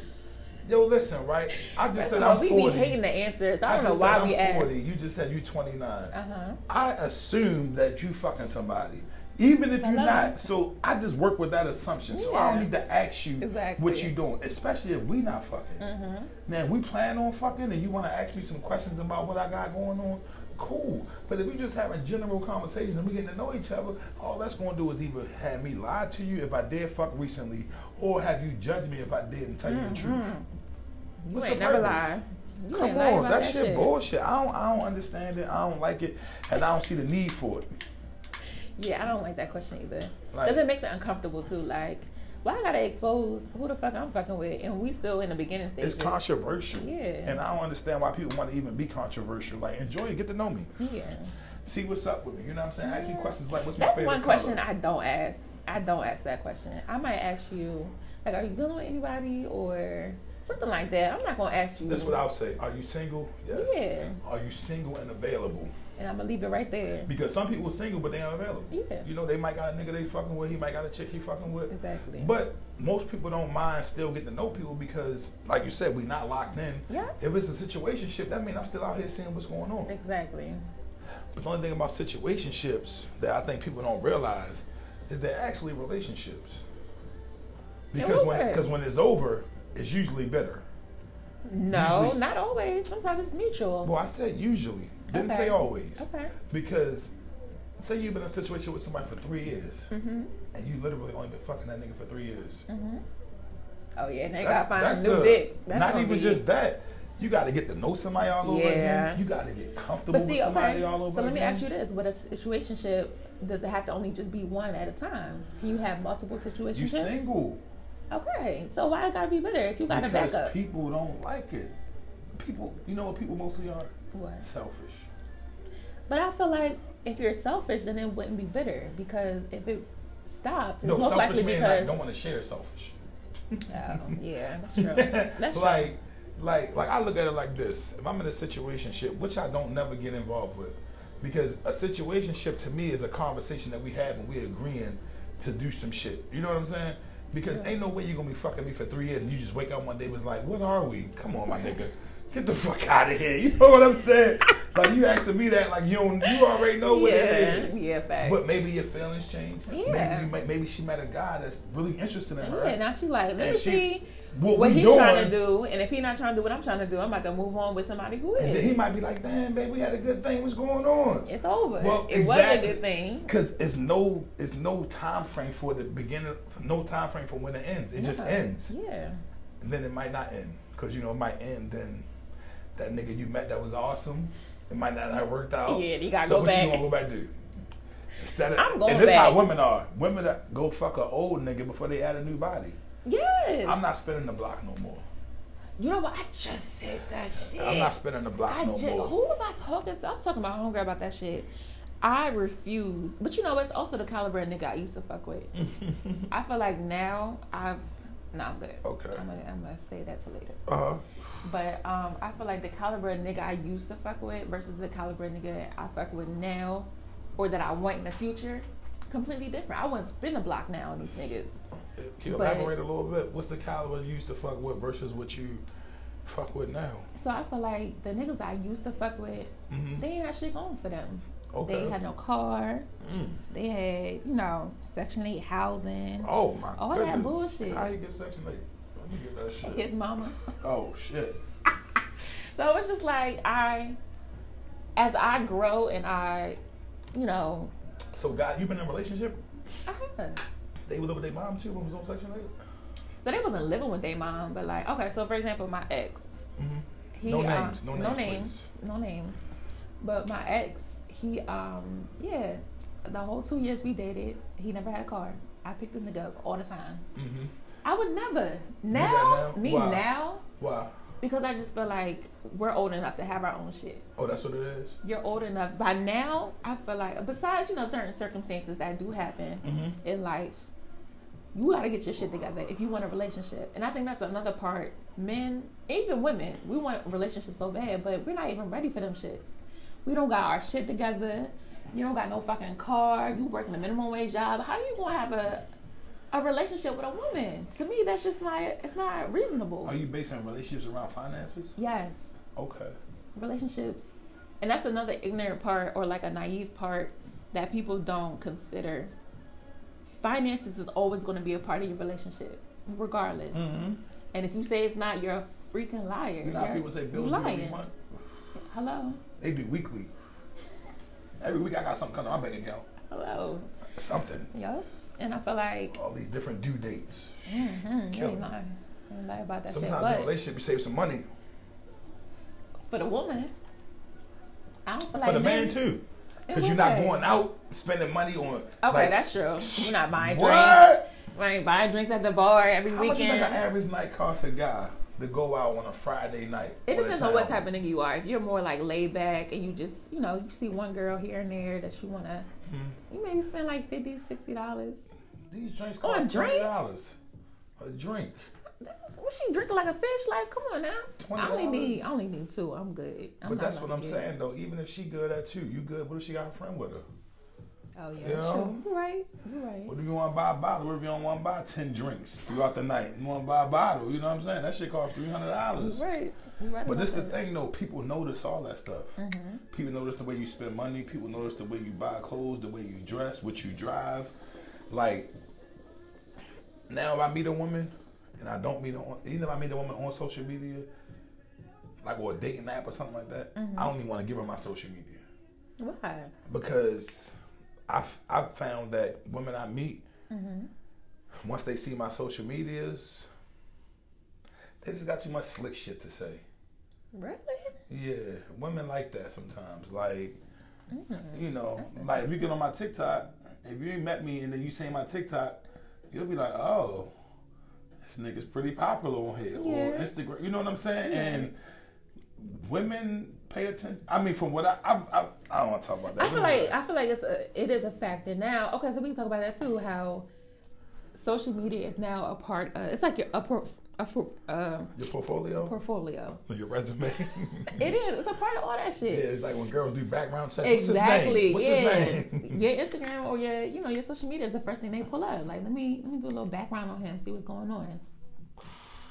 Yo, listen, right? I just First said of all, I'm we forty. be hating the answers. I I don't know just said why I'm we ask. 40. You just said you 29. Uh huh. I assume that you fucking somebody, even if you're Hello? not. So I just work with that assumption. So I Yeah. don't need to ask you what Exactly. Mm-hmm. you doing, especially if we not fucking. Now, if we plan on fucking, and you want to ask me some questions about what I got going on. Cool, but if we just having general conversations and we getting to know each other, all that's gonna do is either have me lie to you if I did fuck recently, or have you judge me if I did and tell you the truth. Mm-hmm. You What's ain't the never purpose? lie. You ain't Come lying on, about that, shit, bullshit. I don't, I don't understand it. I don't like it, and I don't see the need for it. Yeah, I don't like that question either. Like- Because it makes it uncomfortable too. Like, why I gotta expose who the fuck I'm fucking with, and we still in the beginning stage. It's controversial, Yeah. and I don't understand why people want to even be controversial. Like, enjoy it, get to know me, yeah. see what's up with me. You know what I'm saying? Ask me questions like, "What's my That's favorite one question color? I don't ask. I don't ask that question. I might ask you, like, are you dealing with anybody or something like that. I'm not gonna ask you. That's what I'll say. Are you single? Yes. Yeah. Are you single and available? And I'm gonna leave it right there. Because some people are single but they aren't available. Yeah. You know, they might got a nigga they fucking with. He might got a chick he fucking with. Exactly. But most people don't mind still getting to know people because, like you said, we not locked in. Yeah. If it's a situationship, that means I'm still out here seeing what's going on. exactly. But the only thing about situationships that I think people don't realize is they're actually relationships. Because when over. because when it's over, it's usually bitter. No, Usually- not always. Sometimes it's mutual. Well, I said usually, didn't Okay. say always. Okay. Because say you've been in a situation with somebody for three years, Mm-hmm. and you literally only been fucking that nigga for three years. Mm-hmm. Oh yeah, they gotta find that's a new a- dick. That's not gonna even be- just that. You got to get to know somebody all over Yeah. again. You got to get comfortable But see, with somebody okay. all over So let me again. ask you this: With a situationship, does it have to only just be one at a time? Can you have multiple situationships? You single. Okay, so why it gotta be better if you got Mm-hmm. a because backup? people don't like it. People, you know what people mostly are? What? Selfish. But I feel like if you're selfish, then it wouldn't be bitter because if it stopped, it's no, most selfish likely men because like, don't want to share selfish. oh, yeah, that's true. That's like, like, like I look at it like this: if I'm in a situationship, which I don't never get involved with, because a situationship to me is a conversation that we have and we're agreeing to do some shit. You know what I'm saying? Because ain't no way you're gonna be fucking me for three years and you just wake up one day and was like, "What are we? Come on, my nigga." Get the fuck out of here. You know what I'm saying? Like you asking me that, like you don't, you already know true. what it Yeah, is. yeah, facts. But maybe your feelings change. Yeah. Maybe, you might- maybe she met a guy that's really interested in her. yeah, now she like, let And me she- see what what we he's doing, trying to do, and if he's not trying to do what I'm trying to do, I'm about to move on with somebody who And then is. he might be like, damn, babe, we had a good thing. What's going on? it's over. Well, it exactly. was a good thing. Because it's no, it's no time frame for the beginning, no time frame for when it ends. It just Yeah. ends. Yeah. And then it might not end. Because, you know, it might end, then that nigga you met that was awesome, it might not have worked out. Yeah, you gotta so go what you back. gonna go back and do? Instead of, I'm going and this is how back. women are. Women that go fuck a old nigga before they add a new body. Yes. I'm not spinning the block no more. you know what? I just said that shit. I'm not spinning the block I no just, more. who am I talking to? I'm talking about homegirl about that shit. I refuse. But you know, it's also the caliber of nigga I used to fuck with. I feel like now I've. No, I'm good. Okay. I'm gonna, I'm gonna say that to later. uh-huh. But um, I feel like the caliber of nigga I used to fuck with versus the caliber of nigga I fuck with now or that I want in the future, completely different. I wouldn't spin a block now on these niggas. Can you But- elaborate a little bit? What's the caliber you used to fuck with versus what you fuck with now? So I feel like the niggas I used to fuck with, Mm-hmm. they ain't got shit going for them. They Okay. ain't had no car. Mm. They had, you know, Section 8 housing. Oh my All that goodness! bullshit. How you get section eight? Let me get that shit. His mama. Oh shit! So it's just like I, as I grow and I, you know, So, God, you been in a relationship? I have. They lived with their mom too when it was on section eight. So they wasn't living with their mom, but like okay, so for example, my ex, Mhm. he No uh, names, no no names, names, no names. But my ex, he um yeah, the whole two years we dated, he never had a car. I picked this nigga up all the time. Mm-hmm. I would never now? now me Why? now Why? because I just feel like we're old enough to have our own shit. Oh, that's what it is. You're old enough by now. I feel like besides you know certain circumstances that do happen Mm-hmm. in life, you gotta get your shit together if you want a relationship. And I think that's another part. Men, even women, we want relationships so bad, but we're not even ready for them shits. We don't got our shit together. You don't got no fucking car. You working a minimum wage job. How you gonna have a a relationship with a woman? To me, that's just not. It's not reasonable. Are you basing relationships around finances? yes, Okay. relationships, and that's another ignorant part or like a naive part that people don't consider. Finances is always going to be a part of your relationship, regardless. Mm-hmm. And if you say it's not, you're a freaking liar. You know how You're- people say you bills due every lying. month? Hello, They do weekly. Every week I got something coming to my bank account. hello, Something. yup. And I feel like All these different due dates. mm-hmm, you Kill ain't me. lying. You ain't lying about that Sometimes in a shit. But relationship you save some money. for the woman, I don't feel like For the man men- too. in Because what you're not way? going out spending money on Okay, like, that's true. You're not buying drinks. what? We ain't buying drinks at the bar every How much you think weekend. an average night costs a guy to go out on a Friday night? It or a depends on what time? type of nigga you are. If you're more like laid back and you just, you know, you see one girl here and there that you wanna, Mhm. you maybe spend like 50 dollars. These drinks On cost drinks? twenty dollars. A drink. Was she drinking like a fish? Like, come on now. I only $20? need, I only need two. I'm good. I'm but not that's what about to I'm get- saying though. Even if she good at you, you good. What if she got a friend with her? Oh yeah, You that's know? true. You're right. You're right. What if you want to buy a bottle? What if you don't want to buy ten drinks throughout the night? You want to buy a bottle? You know what I'm saying? That shit cost three hundred dollars. You're right. You're right. But about this the that. thing though. People notice all that stuff. People notice the way you spend money. People notice the way you buy clothes, the way you dress, what you drive. Like now, if I meet a woman and I don't meet a wo- even if I meet a woman on social media, like or a dating app or something like that, I don't even want to give her my social media Why? because I've, I've found that women I meet, once they see my social medias, they just got too much slick shit to say. Really? Yeah, women like that sometimes. Like, Mm, you know, like if you get on my TikTok, if you ain't met me and then you see my TikTok, you'll be like, oh, this nigga's pretty popular on here or Yeah. Instagram. You know what I'm saying? And women pay attention. I mean, from what I I, I, I don't want to talk about that. I feel Women- like I feel like it's a it is a factor now. Okay, so we can talk about that too. How social media is now a part. of It's like your a, por- a for, uh, your portfolio, portfolio. your resume. It is. It's a part of all that Yeah, shit. it's like when girls do background checks. Exactly. What's his name? yeah. What's his name? your Instagram or your you know your social media is the first thing they pull up. Like let me let me do a little background on him, see what's going on.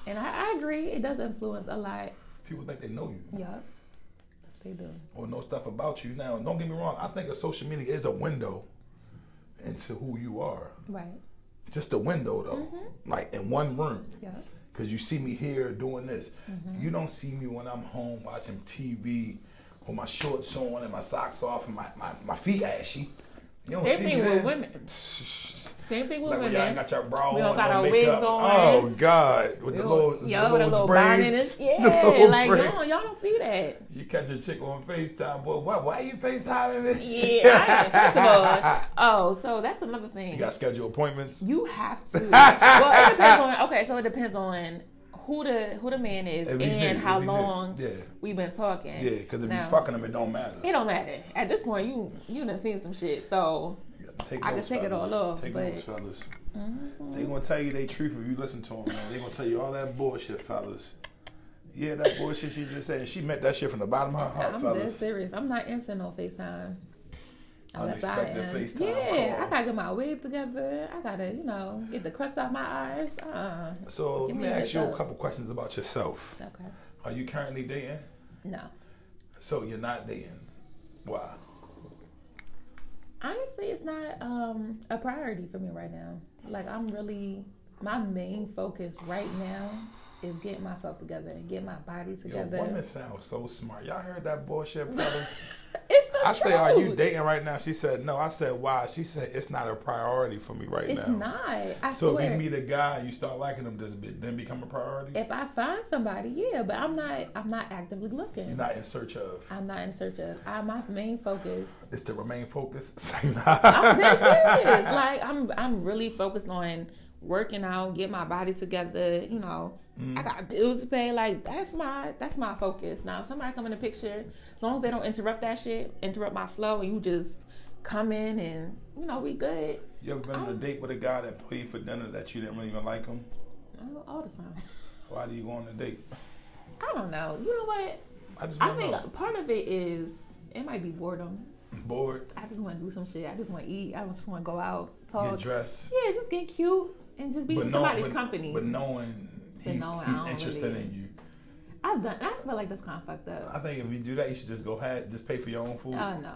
And I, I agree, it does influence a lot. People think they know you Yup, they do. or know stuff about you. Now, don't get me wrong. I think a social media is a window into who you are. Right. Just a window, though. Mm-hmm. Like in one room, Yup. because you see me here doing this. Mm-hmm. You don't see me when I'm home watching TV with my shorts on and my socks off and my, my, my feet ashy. You don't Same see thing me with then. women. Same thing with Oh, Like when y'all women. got your bra We on, all got no our makeup. wigs on. Oh God, with the Yo, little, the yo, the little braids, bonnet is yeah. the little like braids. no, y'all don't see that. You catch a chick on FaceTime, boy. Why? Why you FaceTiming me? Yeah. I, first of all, oh, so that's another thing. You got scheduled appointments. You have to. well, it depends on. Okay, so it depends on who the who the man is If and he did, how if he did. long Yeah, we've been talking. yeah. Because if you Now, fucking them, it don't matter. it don't matter. At this point, you you done seen some shit. So You gotta Take I can notes, take it fellas. all off, Take but- notes, fellas. They gonna tell you they truth if you listen to them. Man. They gonna tell you all that bullshit, fellas. Yeah, that bullshit she just said. She meant that shit from the bottom of her heart, I'm dead fellas. serious. I'm not answering no Facetime. Unless I Unexpected am. FaceTime Yeah, I calls. gotta get my wig together. I gotta, you know, get the crust out my eyes. Uh, So let Give me me a ask heads you a up. couple questions about yourself. okay. Are you currently dating? No, So you're not dating. Why? honestly, it's not um, a priority for me right now. Like I'm really, my main focus right now is getting myself together and get my body Yo, together. women sound so smart. Y'all heard that bullshit, fellas? it's the I true. say, are you dating right now? She said, no. I said, why? She said, it's not a priority for me right It's now. not. I So if swear. you meet a guy, you start liking him, does it then become a priority? if I find somebody, yeah, but I'm not. I'm not actively You're looking. not in search of. I'm not in search of. I, my main focus. It's to remain focused. It's like, nah. I'm dead serious. like I'm. I'm really focused on working out, get my body together. You know, I Mm. got bills to pay. Like that's my. That's my focus. Now, if somebody come in the picture, as long as they don't interrupt that shit, interrupt my flow, and you just come in and you know we good You ever been on a I'm- date with a guy that paid for dinner that you didn't really even like him? all- all the time. Why do you go on a date? I don't know. You know what? I just I want to think know. part of it is it might be boredom. Bored, I just want to do some shit. I just want to eat. I just want to go out, get talk. dressed. Yeah, just get cute and just be in know- somebody's but- company. But knowing But he- knowing I he's don't interested really- in you. I've done. I feel like that's kind of fucked up. I think if you do that, you should just go ahead, just pay for your own food. Oh no,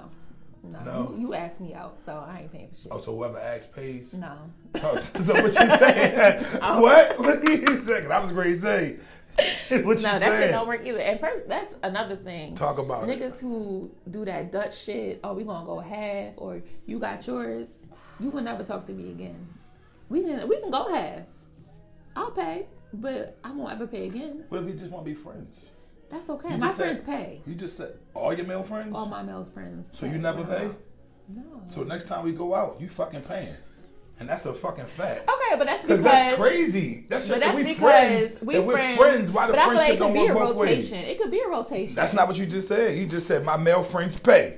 no. No. You, you asked me out, so I ain't paying for shit. oh, so whoever asks pays. No. Oh, so what you saying? Oh. What? What are you saying? That was great. Say what you No, that shit saying? don't work either. And first, that's another thing. Talk about it. Niggas who do that Dutch shit, oh, we gonna go half, or you got yours, you will never talk to me again. We can we can go half. I'll pay, but I won't ever pay again. What if you just want to be friends? That's okay. You my just said- friends pay. You just said all your male friends. All my male friends. so you never pay. No. So next time we go out, you fucking paying, and that's a fucking fact. Okay, but that's Cause because that's crazy. That shit. But if that's we because friends. we if we're friends. friends, why the But I feel like friendship it could don't be work a both ways? rotation. It could be a rotation. That's not what you just said. You just said my male friends pay.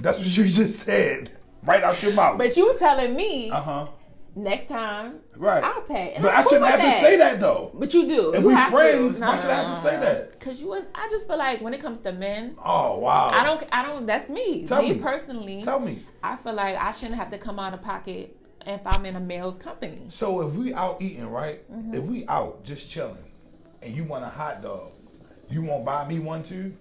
That's what you just said. Right out your mouth. but you telling me Uh huh. next time Right. I'll pay. And But I'm I shouldn't cool have with to say that though. But you do. If you we have friends, to. why should I have to say that? Cause you, would, I just feel like when it comes to men, Oh wow. I don't, I don't. That's me. Tell me, me. personally, Tell me. I feel like I shouldn't have to come out of pocket if I'm in a male's company. So if we out eating, right? Mm-hmm. If we out just chilling, and you want a hot dog, you won't buy me one too.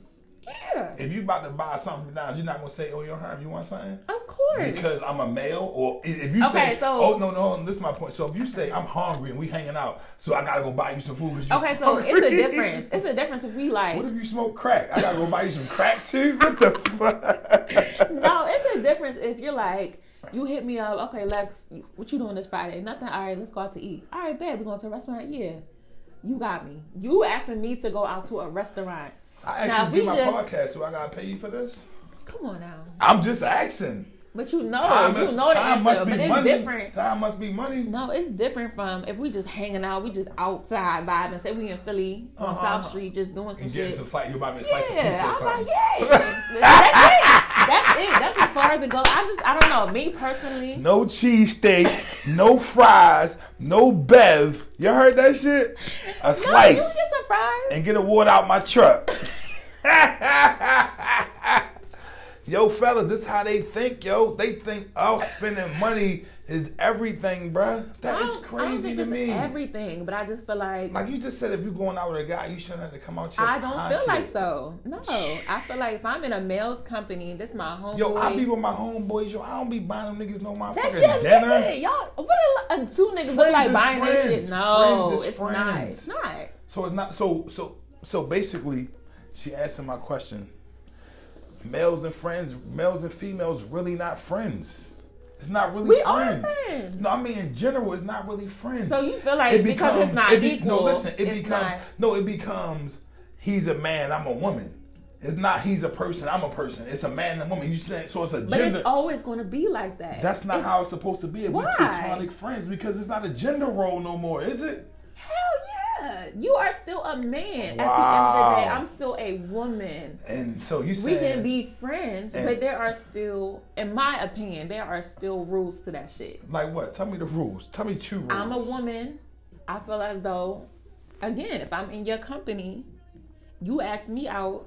Yeah, If you about to buy something now, you're not gonna say, "Oh, your harm, you want something." of course. Because I'm a male, or i- if you Okay, say, so- "Oh no, no," this is my point. So if you say I'm hungry and we hanging out, so I gotta go buy you some food. 'cause you okay, so hungry. it's a difference. It's a difference if we like. What if you smoke crack? I gotta go buy you some crack too. What the fuck? no, it's a difference if you're like, you hit me up, okay, Lex, what you doing this Friday? Nothing. All right, let's go out to eat. All right, babe, we going to a restaurant. Yeah, you got me. You asking me to go out to a restaurant. I Now, actually do we my just- podcast, so I gotta pay you for this. Come on now. I'm just asking. But you know, Time, Oh, you is- know the time must answer, be but it's money. different. Time must be money. No, it's different from if we just hanging out, we just outside vibing. Say we in Philly on Uh-huh. South Street, just doing some And shit. getting some flight, you buy me a slice of pizza yeah, or I'm like, something. yeah, that's it. That's it. That's as far as it goes. I just, I don't know. Me personally, No cheesesteaks, no fries, no bev. You heard that shit? A no, you slice. get some fries. and get a wood out my truck. yo, fellas, this how they think, yo. They think, oh, spending money is everything, bruh. That I is don't- I don't crazy think to it's me. everything, but I just feel like like you just said, if you're going out with a guy, you shouldn't have to come out your I don't feel pocket. like so. No, I feel like if I'm in a male's company, this my homeboy. Yo, I be with my homeboys, yo. I don't be buying them niggas no That's motherfucking your dinner. nigga. Y'all, what a, uh, two niggas look Friends like is buying that friends. shit? No, Friends is it's friends. not. It's not. So it's not so so so basically she answered my question. Males and friends, males and females really not friends. It's not really We are friends. friends. No, I mean in general, it's not really friends. So you feel like because it's not it be- equal, No, listen, it it's becomes not- no, it becomes he's a man, I'm a woman. It's not he's a person, I'm a person. It's a man and a woman. You saying so it's a But gender. it's always going to be like that. That's not how it's supposed to be. If we Why? platonic friends because it's not a gender role no more, is it? Hell yeah! You are still a man. At the end of the Wow. day, I'm still a woman. And so you We saying can be friends, And- but there are still, in my opinion, there are still rules to that shit. Like what? Tell me the rules. Tell me two rules. I'm a woman. I feel as though, again, if I'm in your company, you ask me out.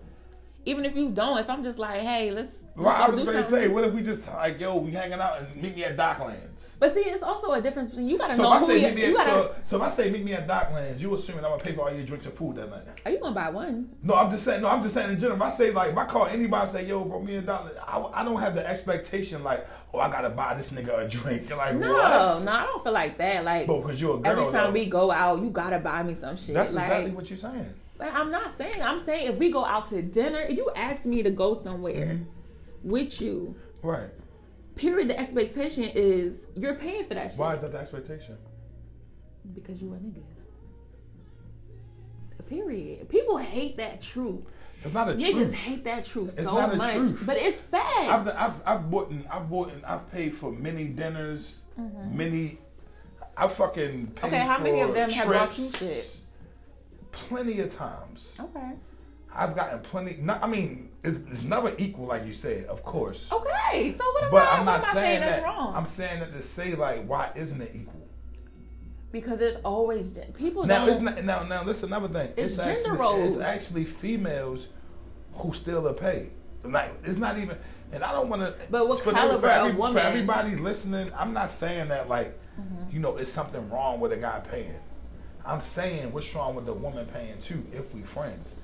Even if you don't, if I'm just like, hey, let's, let's Right, I go was do gonna something. say, what if we just like, yo, we hanging out and meet me at Docklands? But see, it's also a difference between you gotta So know if I who say you, meet me, you at, gotta. so, so if I say meet me at Docklands, you assuming I'm gonna pay for all your drinks and food that night? Are you gonna buy one? No, I'm just saying. No, I'm just saying in general. If I say like, if I call anybody, and say, yo, bro, me and Docklands, I, I don't have the expectation like, oh, I gotta buy this nigga a drink. You're like, No, what? no, I don't feel like that. Like But because you're a girl, every time though, we go out, you gotta buy me some shit. that's like, exactly what you're saying. but I'm not saying. I'm saying if we go out to dinner, you ask me to go somewhere. Mm-hmm. with you. Right. Period. The expectation is you're paying for that shit Why is that the expectation? because you a nigga. Period. People hate that truth. It's not a Niggas truth. hate that truth It's so not a much, truth. but it's fact. I've, I've, I've bought and I've bought and I've paid for many dinners, many. I fucking paid Mm-hmm. Okay, how for many of them trips, have bought you shit? Plenty of times. okay. I've gotten plenty. Not, I mean, it's, it's never equal, like you said, of course. Okay. So what am But I? I'm what not am saying, I Oh, saying that's that. wrong? I'm saying that to say like, why isn't it equal? because there's always people. Now don't, it's not, now now listen another thing. It's gender actually, roles. it's actually females who still are paid. Like it's not even and I don't want to But what for caliber for, of every, woman- Mm-hmm. for everybody listening, I'm not saying that like you know it's something wrong with a guy paying. I'm saying what's wrong with the woman paying too if we friends.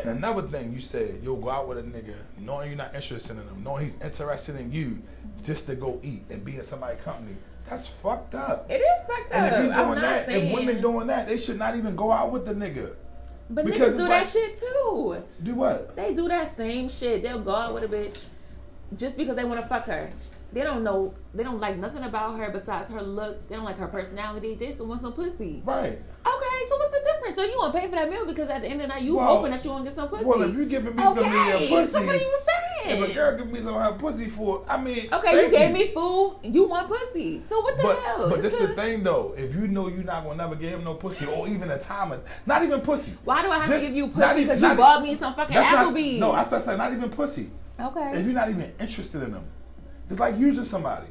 And another thing you said, you'll go out with a nigga knowing you're not interested in him, knowing he's interested in you just to go eat and be in somebody's company. That's fucked up. It is fucked And up. if you Oh, doing I'm not that, saying. if women doing that, they should not even go out with the nigga. but because niggas it's do like- that shit too. Do what? They do that same shit. They'll go out with a bitch just because they want to fuck her. They don't know. They don't like nothing about her besides her looks. They don't like her personality. They just want some pussy. Right. Okay, so what's the difference? So you want to pay for that meal because at the end of the night you Well- hoping that you want to get some pussy. Well, if you giving me some of okay, your pussy, so what are you saying? if a girl give me some of her pussy for, I mean, okay, you thank gave me food. You want pussy. So what the But hell? but It's this the just- thing though. If you know you're not gonna never give him no pussy or even a time, of, not even pussy. Why do I have Just to give you not pussy even- because not you e- bought me some fucking not, Applebee's? no, I said not even pussy. If okay. you're not even interested in them, it's like using somebody.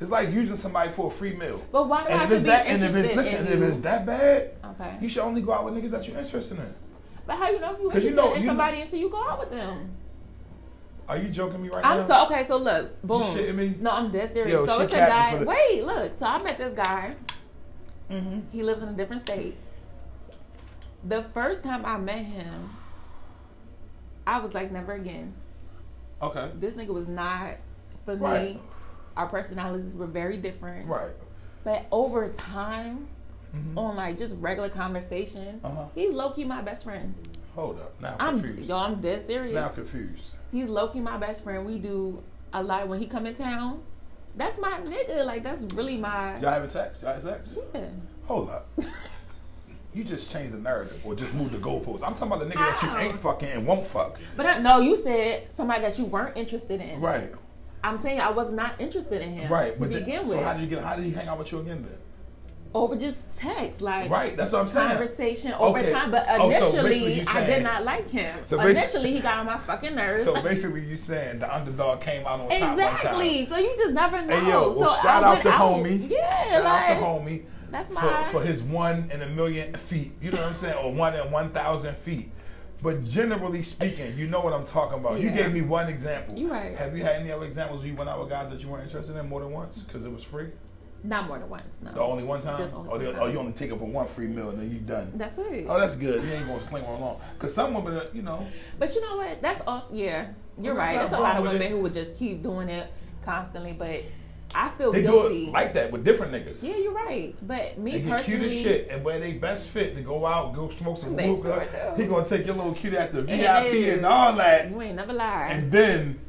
It's like using somebody for a free meal. But why do I and have if to it's be that, and if interested it's, listen, in and you? if it's that bad, okay. you should only go out with niggas that you're interested in. But how you know if you 'Cause you interested know- in you- somebody until you go out with them? Are you joking me right now? I'm so okay. So look, boom. shitting me? No, I'm dead serious. Yo, so she it's a capping guy. for the- Wait, look. So I met this guy. Mm-hmm. He lives in a different state. The first time I met him, I was like, never again. Okay. This nigga was not for Right. me. Our personalities were very different. Right. But over time, Mhm. on like just regular conversation, Uh-huh. he's low key my best friend. Hold up. Now I'm I'm confused. yo, I'm dead serious. Now I'm confused. He's low key my best friend. We do a lot when he come in town. That's my nigga. Like that's really my Y'all having sex? Y'all had sex? yeah. Hold up. You just changed the narrative or just moved the goalposts. I'm talking about the nigga that you How? ain't fucking and won't fuck. But I, no, you said somebody that you weren't interested in. Right. I'm saying I was not interested in him Right. to but begin then, with. So how did you get how did he hang out with you again then? over just text, like Right, that's what I'm saying. conversation over Okay. time. But Oh, so basically initially, you I saying- did not like him. So basi- initially, he got on my fucking nerves. So basically you saying the underdog came out on top one time. exactly. So you just never know. Hey yo, well, Oh, so shout I out went to out. homie. Yeah, shout like out to homie. that's my- for, for his one in a million feet. You know what I'm saying, or one in one thousand feet. But generally speaking, you know what I'm talking about. You Yeah. gave me one example. You right. Have you had any other examples where you went out with guys that you weren't interested in more than once because it was free? not more than once. No, The only one time, Just only or, the- one or time. you only take it for one free meal and then you done. that's it. oh, that's good. You ain't gonna sling one along. Cause some women, are, you know, But you know what? That's also yeah. You're Well, right. that's not There's a lot of wrong with women it. who would just keep doing it constantly. But I feel they guilty. do it like that with different niggas. yeah, you're right. But me They get personally, cute as shit and wear they best fit to go out, go smoke some They hookah. sure do. he gonna take your little cute ass to VIP is. and all that, you ain't never lied. and then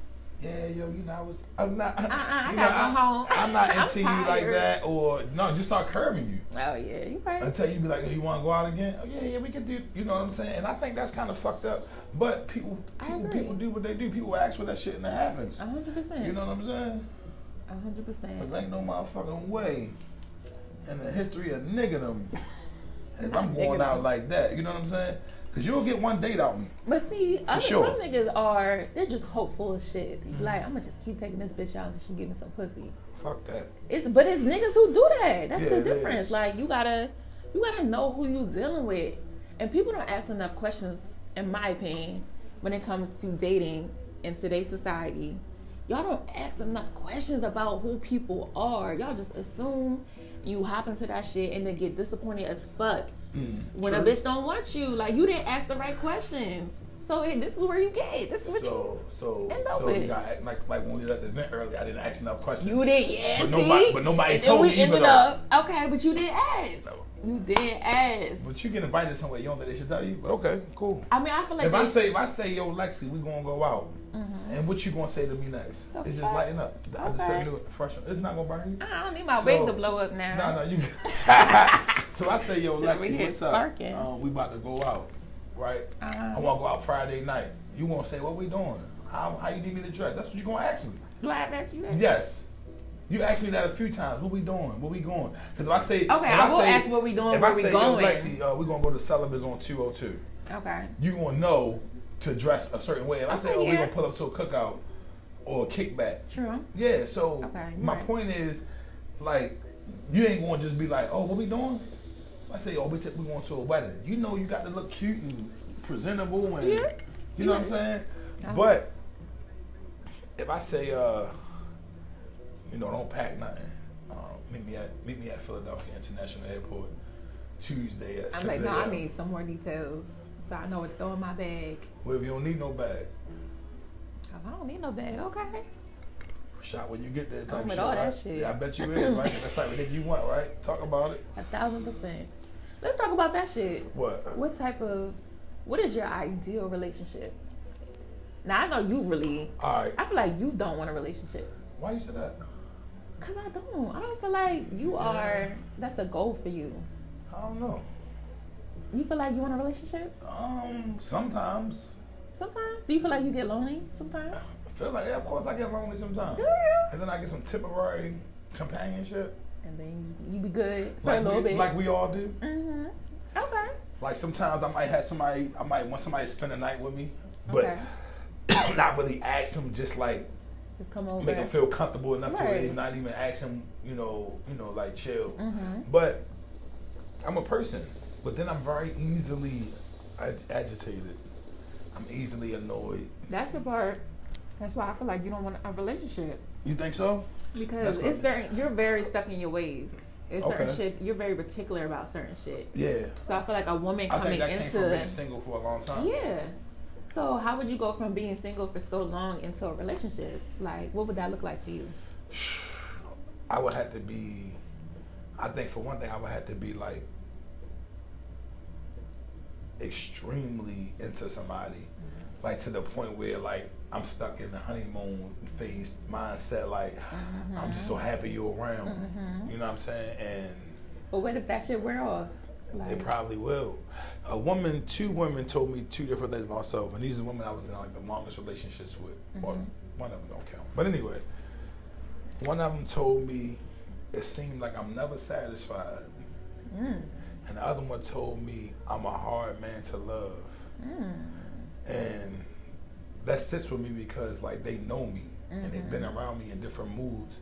yeah, yo, you know I was, I'm not, uh-uh, I gotta go home. I'm not I'm into you like tired. that, or no, just start curving you oh yeah, you right. until you be like, oh, you want to go out again? Oh yeah, yeah, we can do. You know what I'm saying? And I think that's kind of fucked up. But people, I people, agree. Uh-huh. people do what they do. People ask for that shit and it happens. A hundred percent. You know what I'm saying? A hundred Cause percent. ain't no motherfucking way in the history of niggerdom as I'm going Niggerdom. out like that. You know what I'm saying? Cause you'll get one date out me. But see, other, sure. Mm-hmm. some niggas are they're just hopeful as shit. Like I'm gonna just keep taking this bitch out until she give me some pussy. Fuck that. It's but it's niggas who do that. That's Yeah, the it difference. is. Like you gotta you gotta know who you dealing with, and people don't ask enough questions, in my opinion, when it comes to dating in today's society. Y'all don't ask enough questions about who people are. Y'all just assume you hop into that shit and then get disappointed as fuck when a Mm, True. bitch don't want you. Like you didn't ask the right questions. So it, this is where you get. This is what So, so, End up so with we it. got act like like when we was at the event earlier, I didn't ask enough questions. you you did. Yeah. But see? nobody- but nobody and told then we me either, ended though. up okay, but you did ask. You did ask. But you get invited somewhere, you don't think they should tell you. But okay, cool. I mean, I feel like If I they- Mm-hmm. say if I say yo Lexi, we gonna go out, and what you gonna say to me next? The it's just fuck? lighting up. I just Okay. said do it fresh. It's not gonna burn you. I don't need my So- wig to blow up now. No, no, you. so I say yo Should we Lexi, hit what's up? sparking? Um, we about to go out, right? I Um, want to go out Friday night. You gonna say what we doing? How how you need me to dress? That's what you gonna ask me. do I ask you that? Yes. You asked me that a few times. What we doing? Where we going? Because if I say Okay, if I will say- ask where we doing, if where I we say, going. Yo, Lexi, uh, we gonna go to Sullivan's on two hundred two. Okay. you gonna know to dress a certain way. If I say, Okay, oh, we're yeah. gonna pull up to a cookout or a kickback. True. Yeah, so Okay, you my right. point is, like, you ain't gonna just be like, oh, what we doing? If I say, oh, we, t- we going to a wedding. You know, you got to look cute and presentable, and Yeah, you you know what I'm right. saying. I But if I say, uh, you know, don't pack nothing. Um, meet me at meet me at Philadelphia International Airport Tuesday at I'm 6 like, no, I a.m. need some more details so I know what to throw in my bag. What if you don't need no bag? Oh, I don't need no bag. Okay. Shot when you get there type I'm with shit, all right? that shit. Yeah, I bet you is, right? That's like the nigga you want, right? Talk about it. A thousand percent. Let's talk about that shit. What? What type of, what is your ideal relationship? Now I know you really. All right. I feel like you don't want a relationship. Why you say that? Cause I don't. I don't feel like you are. That's a goal for you. I don't know. You feel like you want a relationship? Um, sometimes Sometimes. Do you feel like you get lonely sometimes? I feel like yeah, of course I get lonely sometimes, Do you? and then I get some temporary companionship, And then you, you be good for like a little we, bit. like we all do. hmm Okay. Like sometimes I might have somebody, I might want somebody to spend the night with me, but okay. not really ask them. Just like Just come over. make them feel comfortable enough to where Right. they not even ask them, you know, you know, like chill. hmm But I'm a person. But then I'm very easily ag- agitated. I'm easily annoyed. That's the part. That's why I feel like you don't want a relationship You think so? That's because what- it's certain. You're very stuck in your ways. It's certain Okay. shit. You're very particular about certain shit. Yeah. So I feel like a woman I think coming that came from into being single for a long time. yeah. So how would you go from being single for so long into a relationship? Like, what would that look like for you? I would have to be. I think for one thing, I would have to be like extremely into somebody, Mm-hmm. like to the point where like I'm stuck in the honeymoon phase mindset. Like Mm-hmm. I'm just so happy you're around. You know what I'm saying? And But what if that shit wear off? It Like, probably will. A woman, two women told me two different things about myself, and these are women I was in like the longest relationships with. Or one of them don't count. But anyway, one of them told me it seemed like I'm never satisfied, mm, and the other one told me I'm a hard man to love, mm, and that sits with me because like they know me and they've been Mm-hmm. around me in different moods,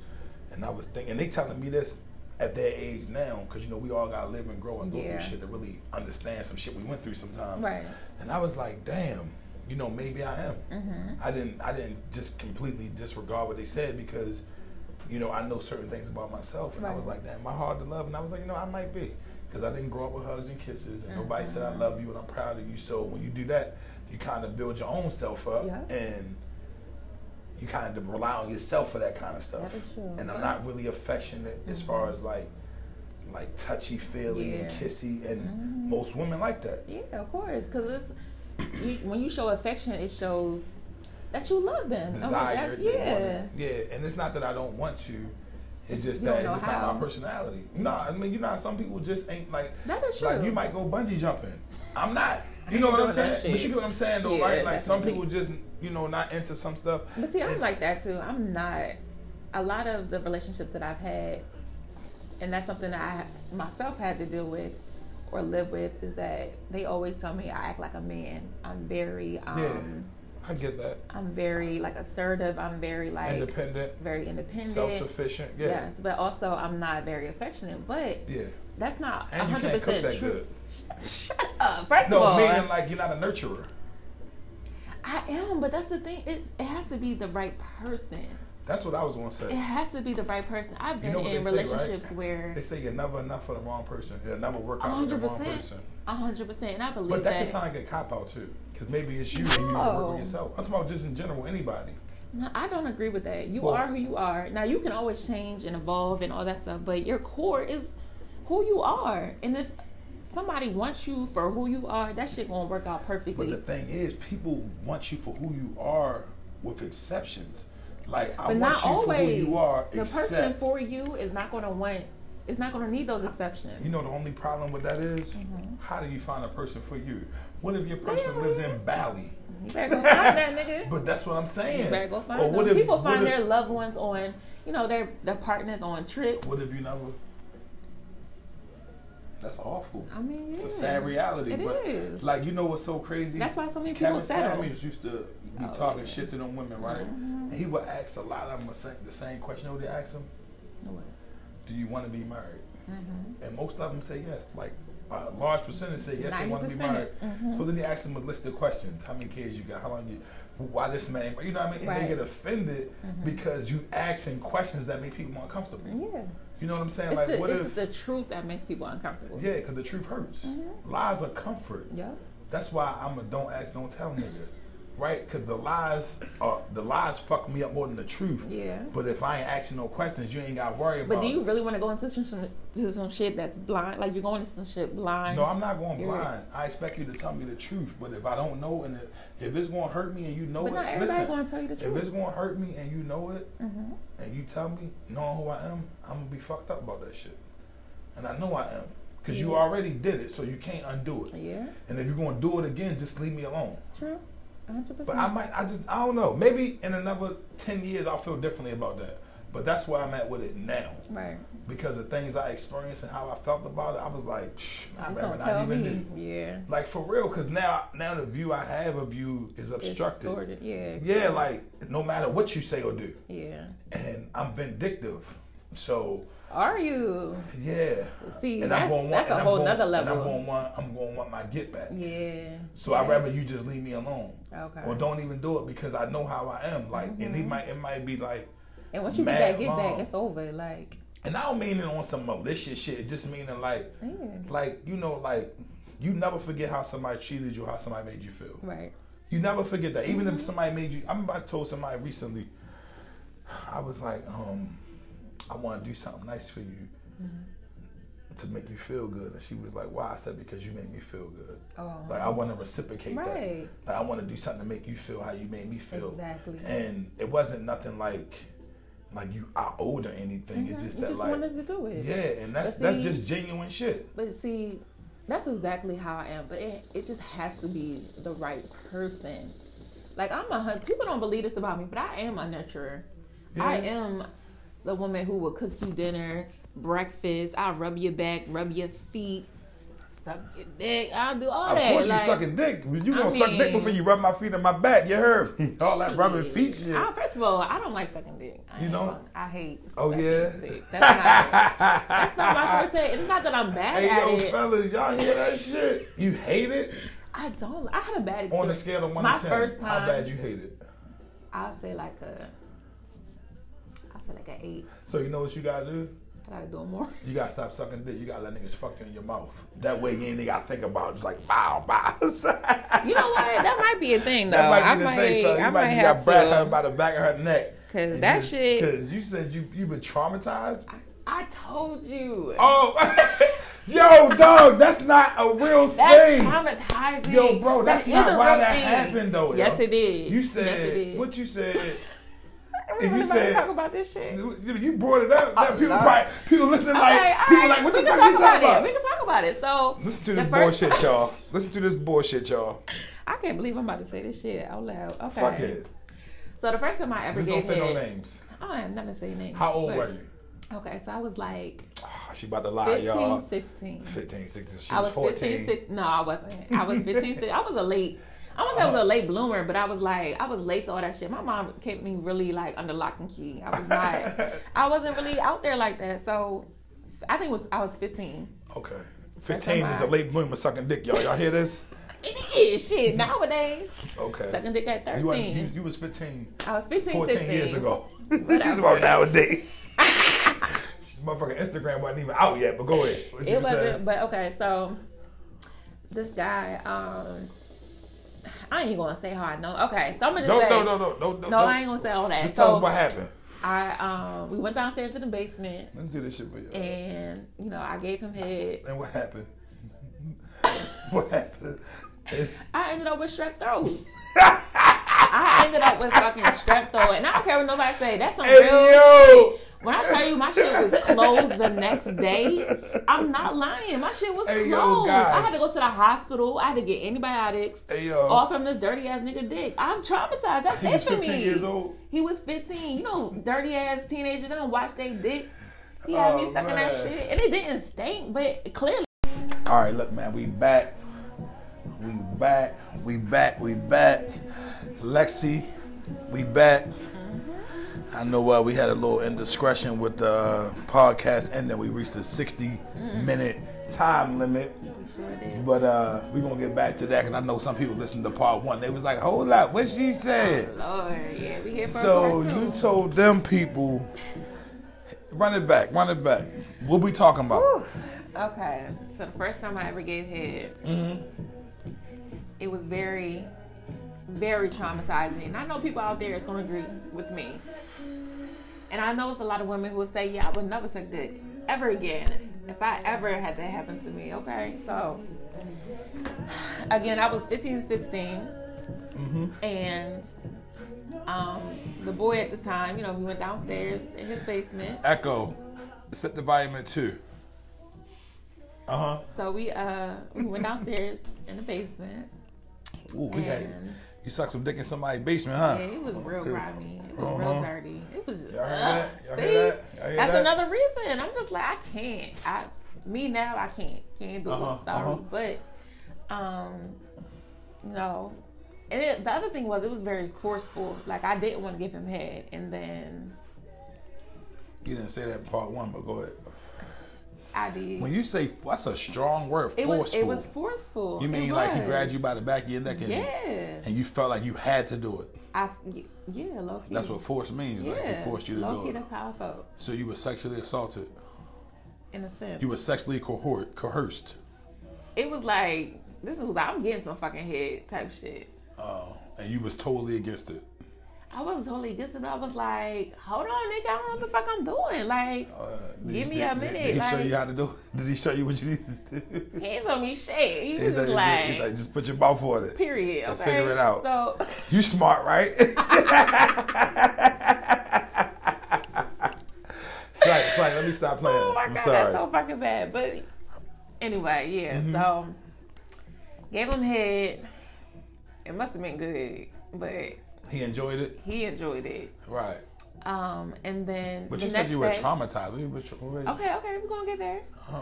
and I was thinking they telling me this. At their age now, because you know we all gotta live and grow and go Yeah. through shit to really understand some shit we went through sometimes. right. And I was like, damn, you know, maybe I am. Mm-hmm. I didn't I didn't just completely disregard what they said because, you know, I know certain things about myself. And I was like, Right. damn, my hard to love. And I was like, you know, I might be. Because I didn't grow up with hugs and kisses and nobody said Mm-hmm. I love you and I'm proud of you. So when you do that, you kind of build your own self up Yeah. and you kind of rely on yourself for that kind of stuff. That is true. Mm-hmm. And I'm not really affectionate as far as like like touchy feely and Yeah. Mm-hmm. kissy and most women like that. Yeah, of course, because it's you, when you show affection, it shows that you love them. I mean, desire. Oh, that's- they yeah. want it. yeah. And it's not that I don't want to. It's just You don't that it's know just how. not my personality. No, I mean you know, how some people just ain't like. That is Like true. you might go bungee jumping. I'm not. You know what I'm Doing that saying? But you shit. get what I'm saying though, Yeah, right? Like some people definitely. just you know not into some stuff. But see, I'm And- like that too. I'm not. A lot of the relationships that I've had, and that's something that I myself had to deal with or live with, is that they always tell me I act like a man. I'm very, um, Yeah, I get that. I'm very like assertive. I'm very like Independent, very independent. self-sufficient. Yeah, Yes, but also I'm not very affectionate. But yeah. that's not And you 100 can't cook percent that true. good. Shut up. First No, of all, meaning like you're not a nurturer. I am, but that's the thing. It, it has to be the right person. That's what I was gonna It say. has to be the right person. I've You been know what they in say, right? relationships where They say you're never enough for the wrong person. You'll never work out with the wrong 100%. person. a hundred percent, and I believe But that that. Oh. can sound like a cop out too, because maybe it's you and you don't work No. on yourself. I'm talking about just in general, anybody. No, I don't agree with that. You Well- are who you are. Now you can always change and evolve and all that stuff, but your core is who you are. And if somebody wants you for who you are, that shit gonna work out But perfectly. the thing is, people want you for who you are, with exceptions. Like I but want not you for who always. you are, the person except for you is not gonna want. It's not gonna need those exceptions. you know the only problem with that is, Mm-hmm. how do you find a person for you? What if your person lives in Bali? You better go find that nigga. But that's what I'm saying. You better go find Or them. what if- People what find if- their loved ones on, you know, their their partners on trips. What if you never? That's awful. I mean, yeah. It's a sad reality. It but is. Like you know what's so crazy? That's why so many people Kevin settle. Samuels used to be Oh, talking yeah. Mm-hmm. shit to them women, right? And he would ask a lot of them the same, the same question. You know what they ask him? Do you want to be married? Mm-hmm. And most of them say yes. Like a large percentage say yes, they want to be 90%. married. Mm-hmm. So then they ask them a list of questions: How many kids you got? How long you? Why this man? You know what I mean? And Right. Mm-hmm. they get offended because you asking questions that make people uncomfortable. Yeah. You know what I'm saying? Mm-hmm. It's, like the, what it's if? the truth that makes people uncomfortable. Yeah, because the truth hurts. Mm-hmm. Lies are comfort. Yeah. That's why I'm a don't ask, don't tell nigga. Right? Because the lies are, the lies fuck me up more than the truth. Yeah. But if I ain't asking no questions, you ain't got to worry about But do you it. really want to go into some, some, to some shit that's blind? Like you're going into some shit blind? No, I'm not going You're- blind. I expect you to tell me the truth. But if I don't know, and if, if it's going to hurt me and you know But it, not everybody listen, gonna tell you the If truth. Mm-hmm. it's going to hurt me and you know it, and you tell me, knowing who I am, I'm going to be fucked up about that shit. And I know I am. Because you Yeah. already did it, so you can't undo it. Yeah. And if you're going to do it again, just leave me alone. True. 100. But I percent might, I just, I don't know. Maybe in another 10 years, I'll feel differently about that. But that's where I'm at with it now. Right. Because the things I experienced and how I felt about it, I was like, Psh, I'd Just rather don't not tell even me. do. Yeah. Like for real, because now, now the view I have of you is It's obstructed. distorted. Yeah. yeah, like no matter what you say or do. Yeah. And I'm vindictive. So, Are you? yeah. See, and that's, I'm going that's a whole nother level. And I'm going want, I'm going want my get back. yeah. So I'd rather you just leave me alone. Okay. Or don't even do it because I know how I am. Like, Mm-hmm. and it might it might be like, and once you mad get back, get long. back. It's over. Like. and I don't mean it on some malicious shit. It just meaning like, Yeah. like you know, like you never forget how somebody treated you, how somebody made you feel. Right. You never forget that. Even if Mm-hmm. somebody made you, I remember I told somebody recently, I was like, um, I want to do something nice for you Mm-hmm. to make you feel good, and she was like, Why? I said because you made me feel good. Oh. Like I want to reciprocate Right. that. Like I want to do something to make you feel how you made me feel. Exactly. And it wasn't nothing like like you I owed or anything. It's just Mm-hmm. you that just like wanted to do it. yeah, and that's But that's see- just genuine shit. But see, that's exactly how I am. But it, it just has to be the right person. Like I'm a hun- people don't believe this about me, but I am a nurturer. I Yeah. am the woman who will cook you dinner, breakfast. I rub your back, rub your feet, suck your dick. I'll do all Of that. course, like, you sucking dick. You I gonna suck dick mean- before you rub my feet on my back. You heard all that rubbing shit. feet shit. I, first of all, I don't like sucking dick. I You ain't don't? gonna- I hate. Oh, sucking yeah? dick. That's not. that's not my forte. It's not that I'm bad Hey at yo, it. fellas, y'all hear that shit? You hate it I don't. I had a bad experience. on a scale of one My to ten. first How time- bad you hate it? I'll say like a. I'll say like a eight. So you know what you gotta do? I gotta do it more. You gotta stop sucking dick. You gotta let niggas fuck you in your mouth. That way, you ain't gotta think about it. It's like, wow, wow. that You know what? That might be a thing though. might be the I might. thing, fella. You I might, might just have got Brad her to. by the back of her neck. Cause that shit- Because you said you you been traumatized. I told you. Oh, yo, dog, that's not a real That's thing. traumatizing. Yo, bro, that's, is not a why real that thing. happened though. yo. Yes, it is. You said Yes, it is. what you said. We if you really about said- to talk about this shit. You brought it up. Now Oh, people, Lord. probably, people listening like okay, all people right. like what we the can fuck talk you talking it. about? We can talk about it. So Listen to the this first- bullshit, y'all. Listen to this bullshit, y'all. I can't believe I'm about to say this shit out loud. Okay. Fuck it. So the first time I ever Just don't gave say no head, names. Oh, I'm not gonna say names. How old but- were you? Okay, so I was like Ah, she about to lie, 15, y'all. 16. 15, 16. She I was, was 14. 15, 16. No, I wasn't. I was 15, 16. I was a late. I was, I Uh-huh. was a late bloomer, but I was like, I was late to all that shit. My mom kept me really like under lock and key. I was not, I wasn't really out there like that. So I think it was I was 15. Okay. 15 is a mine. late bloomer sucking dick, y'all. Y'all hear this? It is shit nowadays. Okay. Sucking dick at You, were- you, 13. you was 15 I was 15, 14 16. years ago. She's about nowadays. She's motherfucking Instagram wasn't even out yet, but go ahead. What you it wasn't, saying? but okay. So this guy, um, I ain't gonna say how I know. Okay, so I'm gonna just No, say no, no, no, no, no. no, I ain't gonna say all that. Just tell us what so happened. I, um, we went downstairs to the basement, Let me do this shit for you. Eh. And, and you know, I gave him head. what happened? what happened? I ended up with strep throat. I ended up with fucking strep throat, and I don't care what nobody say. That's some Hey, real yo! When I tell you my shit was closed the next day, I'm not lying. My shit was Hey, yo, closed. I guys. had to go to the hospital. I had to get antibiotics. Hey, yo. All from this dirty ass nigga dick. I'm traumatized. That's he it was for 15 me. years old. He was 15. You know, dirty ass teenagers don't watch they dick. He had Oh, me sucking man. that shit, and it didn't stink, but clearly. All right, look, man, we back. We back. We back. We back. Lexi, we back. I know uh, we had a little indiscretion with the podcast, and then we reached a 60 minute time limit. But uh, we're going to get back to that because I know some people listened to part one. They was like, hold up, what she said? Lord, yeah, we here for So a part you two. told them people, run it back, run it back. What we talking about? Okay, so the first time I ever gave head, it was very, very traumatizing. And I know people out there is gonna agree with me. And I know it's a lot of women who will say, "Yeah, I would never suck dick ever again if I ever had that happen to me." Okay, so again, I was 15, 16, and um, the boy at the time, you know, we went downstairs in his basement. Echo, set the volume at two. Uh huh. So we uh we went downstairs in the basement. Ooh, we had And- you suck some dick in somebody's basement, huh? Yeah, it was real grimy. It was Uh-huh. real dirty. It was. Y'all heard that? Y'all hear see? that? Y'all hear That's that? another reason. I'm just like I can't. I me now I can't can't do Uh-huh, it. Sorry, uh-huh. but um, no. And it, the other thing was it was very forceful. Like I didn't want to give him head, and then You didn't say that in part one, but go ahead. I did. When you say that's a strong word, it forceful. was it was forceful. you It mean like he was. grabbed you by the back of your neck and, Yeah, and you felt like you had to do it. I yeah low key. That's what force means. yeah. Like he forced you to low do key. it. That's how I felt So you were sexually assaulted. in a sense. You were sexually cohort, coerced. it was like this was like I'm getting some fucking head type shit. Oh, and you was totally against it. I wasn't totally against it, but I was like, hold on, nigga, I don't know what the fuck I'm doing. Like, Uh, did Give he- me did- a did- minute, Did he show like- you how to do? it? Did he show you what you needed to do? he ain't told me shit. He He's was just he's like, he's like, just put your mouth on it. period. They'll Okay. figure it out. So You smart, right? it's like, it's like, let me stop playing. Oh my I'm god, sorry. that's so fucking bad. But anyway, yeah. Mm-hmm. So gave him head. It must have been good, but he enjoyed it, he enjoyed it. right? Um, and then But the you next said you were day- traumatized. We were tra- Okay, okay, we're gonna get there. Uh-huh.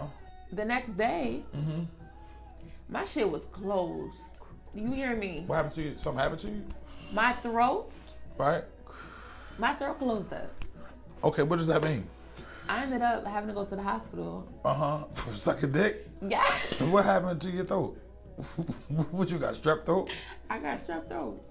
The next day, Mm-hmm. my shit was closed. You hear me? What happened to you? Something happened to you, My throat, right? my throat closed up. Okay, what does that mean? I ended up having to go to the hospital. Uh huh. From sucking dick. Yeah, And what happened to your throat? what you got? Strep throat I got strep throat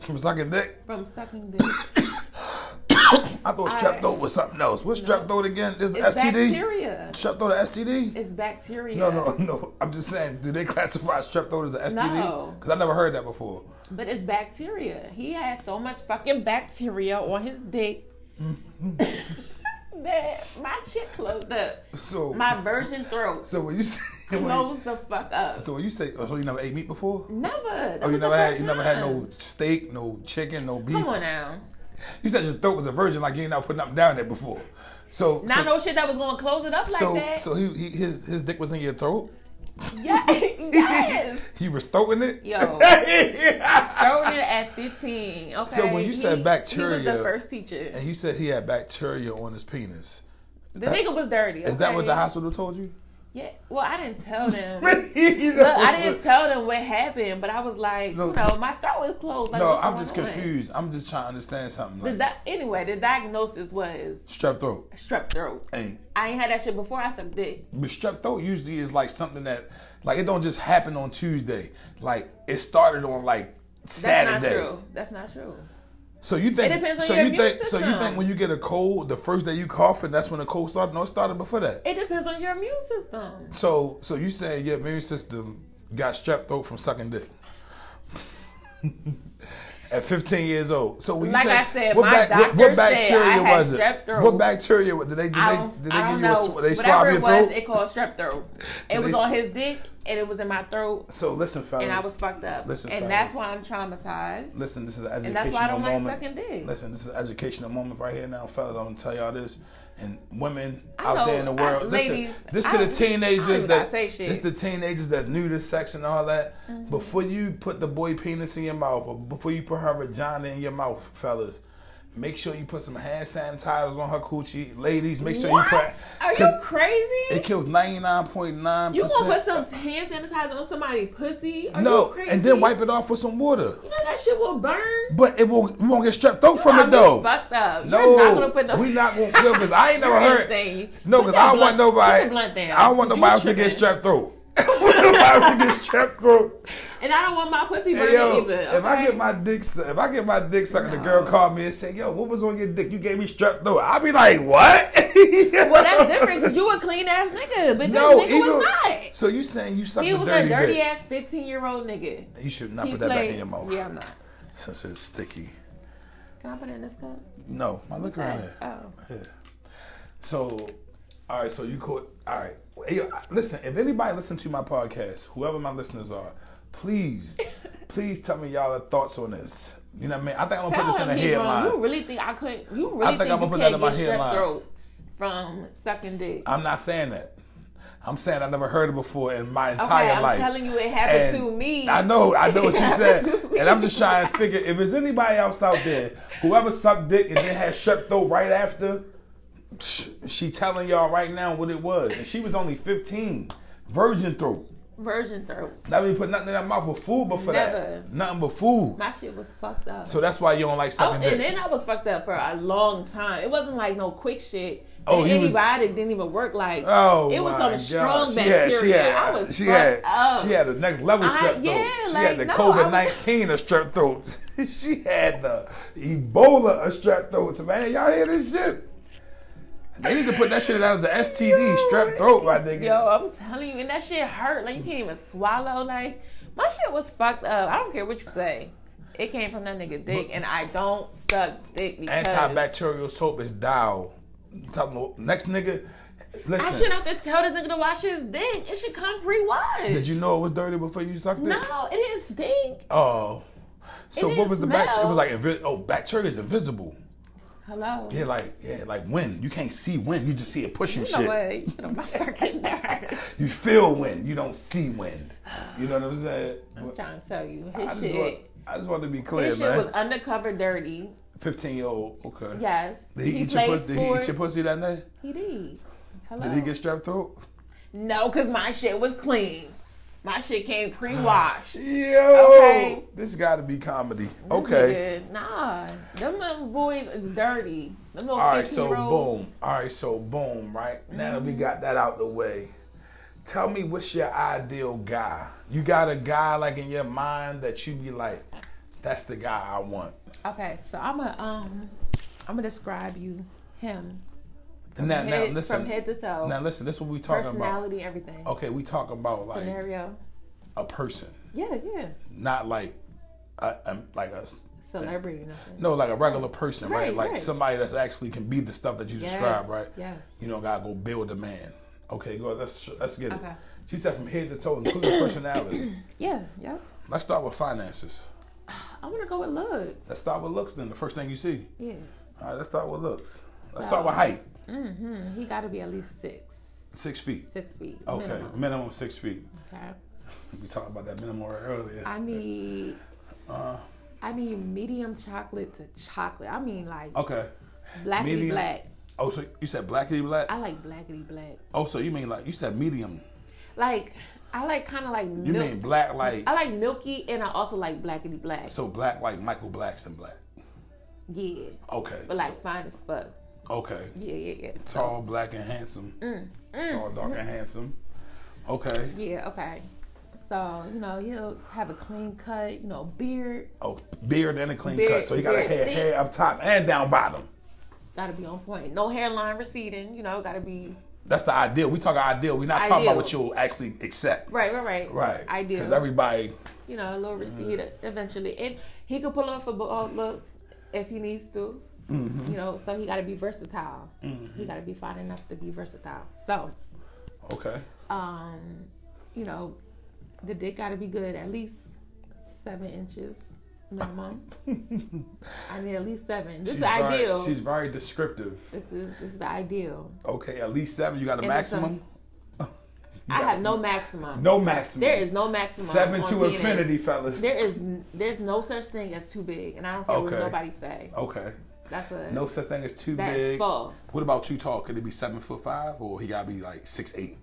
from sucking dick. from sucking dick. I thought I- strep throat was something else. What's strep throat again? This STD. It's bacteria. Strep throat a STD? It's bacteria. No, no, no. I'm just saying, do they classify strep throat as an STD? No. Because I never heard that before. But it's bacteria. He had so much fucking bacteria on his dick Mm-hmm. that my shit closed up. So, My virgin throat so when you say, when you, closed the fuck up. so when you say, oh, so you never ate meat before? Never. That Oh, you was the never had, first you never had time. no steak, no chicken, no beef. Come on now. You said your throat was a virgin, like you ain't not putting nothing down there before. So, Not so, no shit that was gonna close it up like so, that. so he, he, his, his dick was in your throat. Yeah, yes. He was throating it. Yo. Throwing it at 15. Okay. So when you said he was bacteria- the first teacher. and you said he had bacteria on his penis. the nigga was dirty. Is that what the okay? hospital told you? Yeah. Well, I didn't tell them. Look, I didn't tell them what happened, but I was like, Look. you know, my throat is closed. Like, No, what's I'm going just on? confused. I'm just trying to understand something. The Like, di- anyway, the diagnosis was strep throat. strep throat. And I ain't had that shit before. I sucked dick. but strep throat usually is like something that, like, it don't just happen on Tuesday. Like, it started on like That's Saturday. not true. That's not true. So you think? It depends on so your you immune think? So you system. think when you get a cold, the first day you coughing, that's when the cold started. No, it started before that. It depends on your immune system. So, so you saying your immune system got strep throat from sucking dick at 15 years old? So when Like you say, I said, my doctor said I had was strep it? throat. What bacteria was- did they? Did I they? don't, Did they I give don't you a? know. sw- They swab Whatever your it was, throat? it called strep throat. It Did was they on s- his dick and it was in my throat, So listen, fellas. and I was fucked up. listen, and fellas. that's why I'm traumatized, Listen, this is an educational and that's why I don't like moment. sucking dick. Listen, this is an educational moment right here now, fellas. I'm gonna tell y'all this, and women I out there in know, the I- world, listen. ladies, this I to the don't- I don't teenagers even that gotta say shit. Mm-hmm. this the teenagers that's new to sex and all that. Before you put the boy penis in your mouth, or before you put her vagina in your mouth, fellas. Make sure you put some hand sanitizers on her coochie, ladies. Make sure what? you put. Are you crazy? It kills ninety nine point nine You percent. gonna put some hand sanitizer on somebody pussy? Are no, you crazy? and then wipe it off with some water. You know that shit will burn. But it will. We won't get strep throat from I'll it be though. Fucked up. No, You're not gonna put no. we not gonna kill because I ain't never You're heard. insane. No, Put because that I don't want blunt- put nobody. the blunt down. I don't want You nobody else to get tripping. strep throat. I don't want nobody else to get strep throat. And I don't want my pussy Hey, burning yo, either. if I okay? get my dick, su- if I get my dick sucked, and the No. girl called me and said, "Yo, what was on your dick? You gave me strep throat." I'll be like, "What?" well, that's different because you a clean ass nigga, but No, this nigga even- was not. So you saying you sucked He a was dirty, a dirty dick? ass fifteen year old nigga. You should not He put that played. back in your mouth Yeah, I'm not. since it's sticky. Can I put it in this cup? No, my liquor in there. Oh, Yeah. So, all right. So you caught. All right. Hey, uh, listen. If anybody listens to my podcast, whoever my listeners are, please, please tell me y'all thoughts on this. You know what I mean? I think I'm gonna tell put this in him the he's wrong. You headline. really think I couldn't? You really think think, I'ma you put that can't in my get strep headline. throat from sucking dick? I'm not saying that. I'm saying I never heard it before in my Okay, entire I'm life. telling you, it happened And to me. I know, I know what you It said. happened to me. And I'm just trying to figure if there's anybody else out there, whoever sucked dick and then had strep throat right after, psh, she telling y'all right now what it was. And she was only 15, virgin throat. Virgin throat. Not even put nothing in her mouth but food before Never. that. Nothing but food. My shit was fucked up. So that's why you don't like Oh, sucking dick. and then I was fucked up for a long time. It wasn't like no quick shit. Oh, Oh, he was- antibiotic didn't even work. Like, Oh, it was my on a strong God. bacteria. She had, she had, I was she fucked had, up. She had the next level I- strep throat. yeah, she like, had the no, I was- COVID nineteen of strep throats. she had the Ebola of strep throats. Man, y'all hear this shit? They need to put that shit out as an STD, strep throat, my nigga. Yo, I'm telling you, and that shit hurt. Like you can't even swallow. Like my shit was fucked up. I don't care what you say. It came from that nigga dick, and I don't suck dick because Antibacterial soap is Dow. You talking about next nigga? I Listen, shouldn't have to tell this nigga to wash his dick. It should come pre-washed. did you know it was dirty before you sucked it? No, it didn't stink. Oh, so It what didn't was the bacteria? It smell. was like invi- oh, bacteria is invisible. Hello. Yeah, like yeah, like wind. You can't see wind. You just see it pushing you know shit. what? You get on my fucking nerves. You feel wind. You don't see wind. You know what I'm saying? I'm trying to tell you, I his just, shit. want, I just want to be clear, his shit man. was undercover dirty. 15 year old. Okay. Yes. Did he, eat your played pussy? Did he eat sports. your pussy that night? He did. Hello. Did he get strep throat? No, because my shit was clean. My shit came pre Ah, washed. Yo, Okay. this got to be comedy. okay. Nah, them little boys is dirty. Them little All right, 15 so year olds. boom. All right, so boom. Right now that we Mm-hmm. got that out the way, tell me what's your ideal guy? You got a guy like in your mind that you be like, that's the guy I want. Okay, so I'm going to um, I'm gonna describe you, him, And now, now head, listen. from head to toe, Now listen. This is what we talking about. personality, everything, Okay, we talking about like scenario. a person, Yeah, yeah, not like a, a- like a s- celebrity, nothing. no, like a regular person, right? Right, Like right. somebody that's actually can be the stuff that you Yes, describe, right? Yes. You don't gotta go build a man. Okay, go. Let's let's get it. Okay. She said from head to toe, including personality. Yeah, yeah. Let's start with finances. I want to go with looks. Let's start with looks. Then the first thing you see. Yeah. All right, let's start with looks. Let's So- start with height. hmm He got to be at least six, Six feet. six feet. Okay, minimum, Minimum. six feet. Okay. We talked about that minimum earlier. I need. Uh, I need medium chocolate to chocolate. I mean, like okay. blackety Oh, medium. black. Oh, so you said blackity black. I like blackety black. Oh, so you mean like you said medium? Like I like kind of like You milk. mean black like I like milky, and I also like blackety black. so black like Michael Blackson black? Yeah, Okay. but like fine as fuck. okay. Yeah, yeah, yeah. So, Tall, Mm, black, and handsome. Tall, dark, and handsome. Okay. yeah, okay. So you know he'll have a clean cut, you know, beard. Oh, beard and a clean Beard- cut. So he got a beard hair, thick. hair up top and down bottom. Got to be on point. No hairline receding. You know, got to be That's the ideal. We talk ideal. We're not talking Ideal. about what you'll actually accept. right, right, right, Right. Ideal. Because everybody, you know, a little receipt eventually. And he could pull off a bald look if he needs to. Mm-hmm. You know, so he got to be versatile. He got to be fine enough to be versatile. So, okay. um, you know, the dick got to be good, at least seven inches minimum. I need at least seven. This is very- ideal. she's very descriptive. This is this is the ideal. Okay, at least seven. You got a And it's a- maximum? uh, I have no maximum. No maximum. There is no maximum. seven on to penis. infinity, fellas. There is n- there's no such thing as too big, and I don't care Okay. what nobody say. Okay. That's a No such thing as too that's big. false. What about too tall? Could it be seven foot five, or he gotta be like six eight,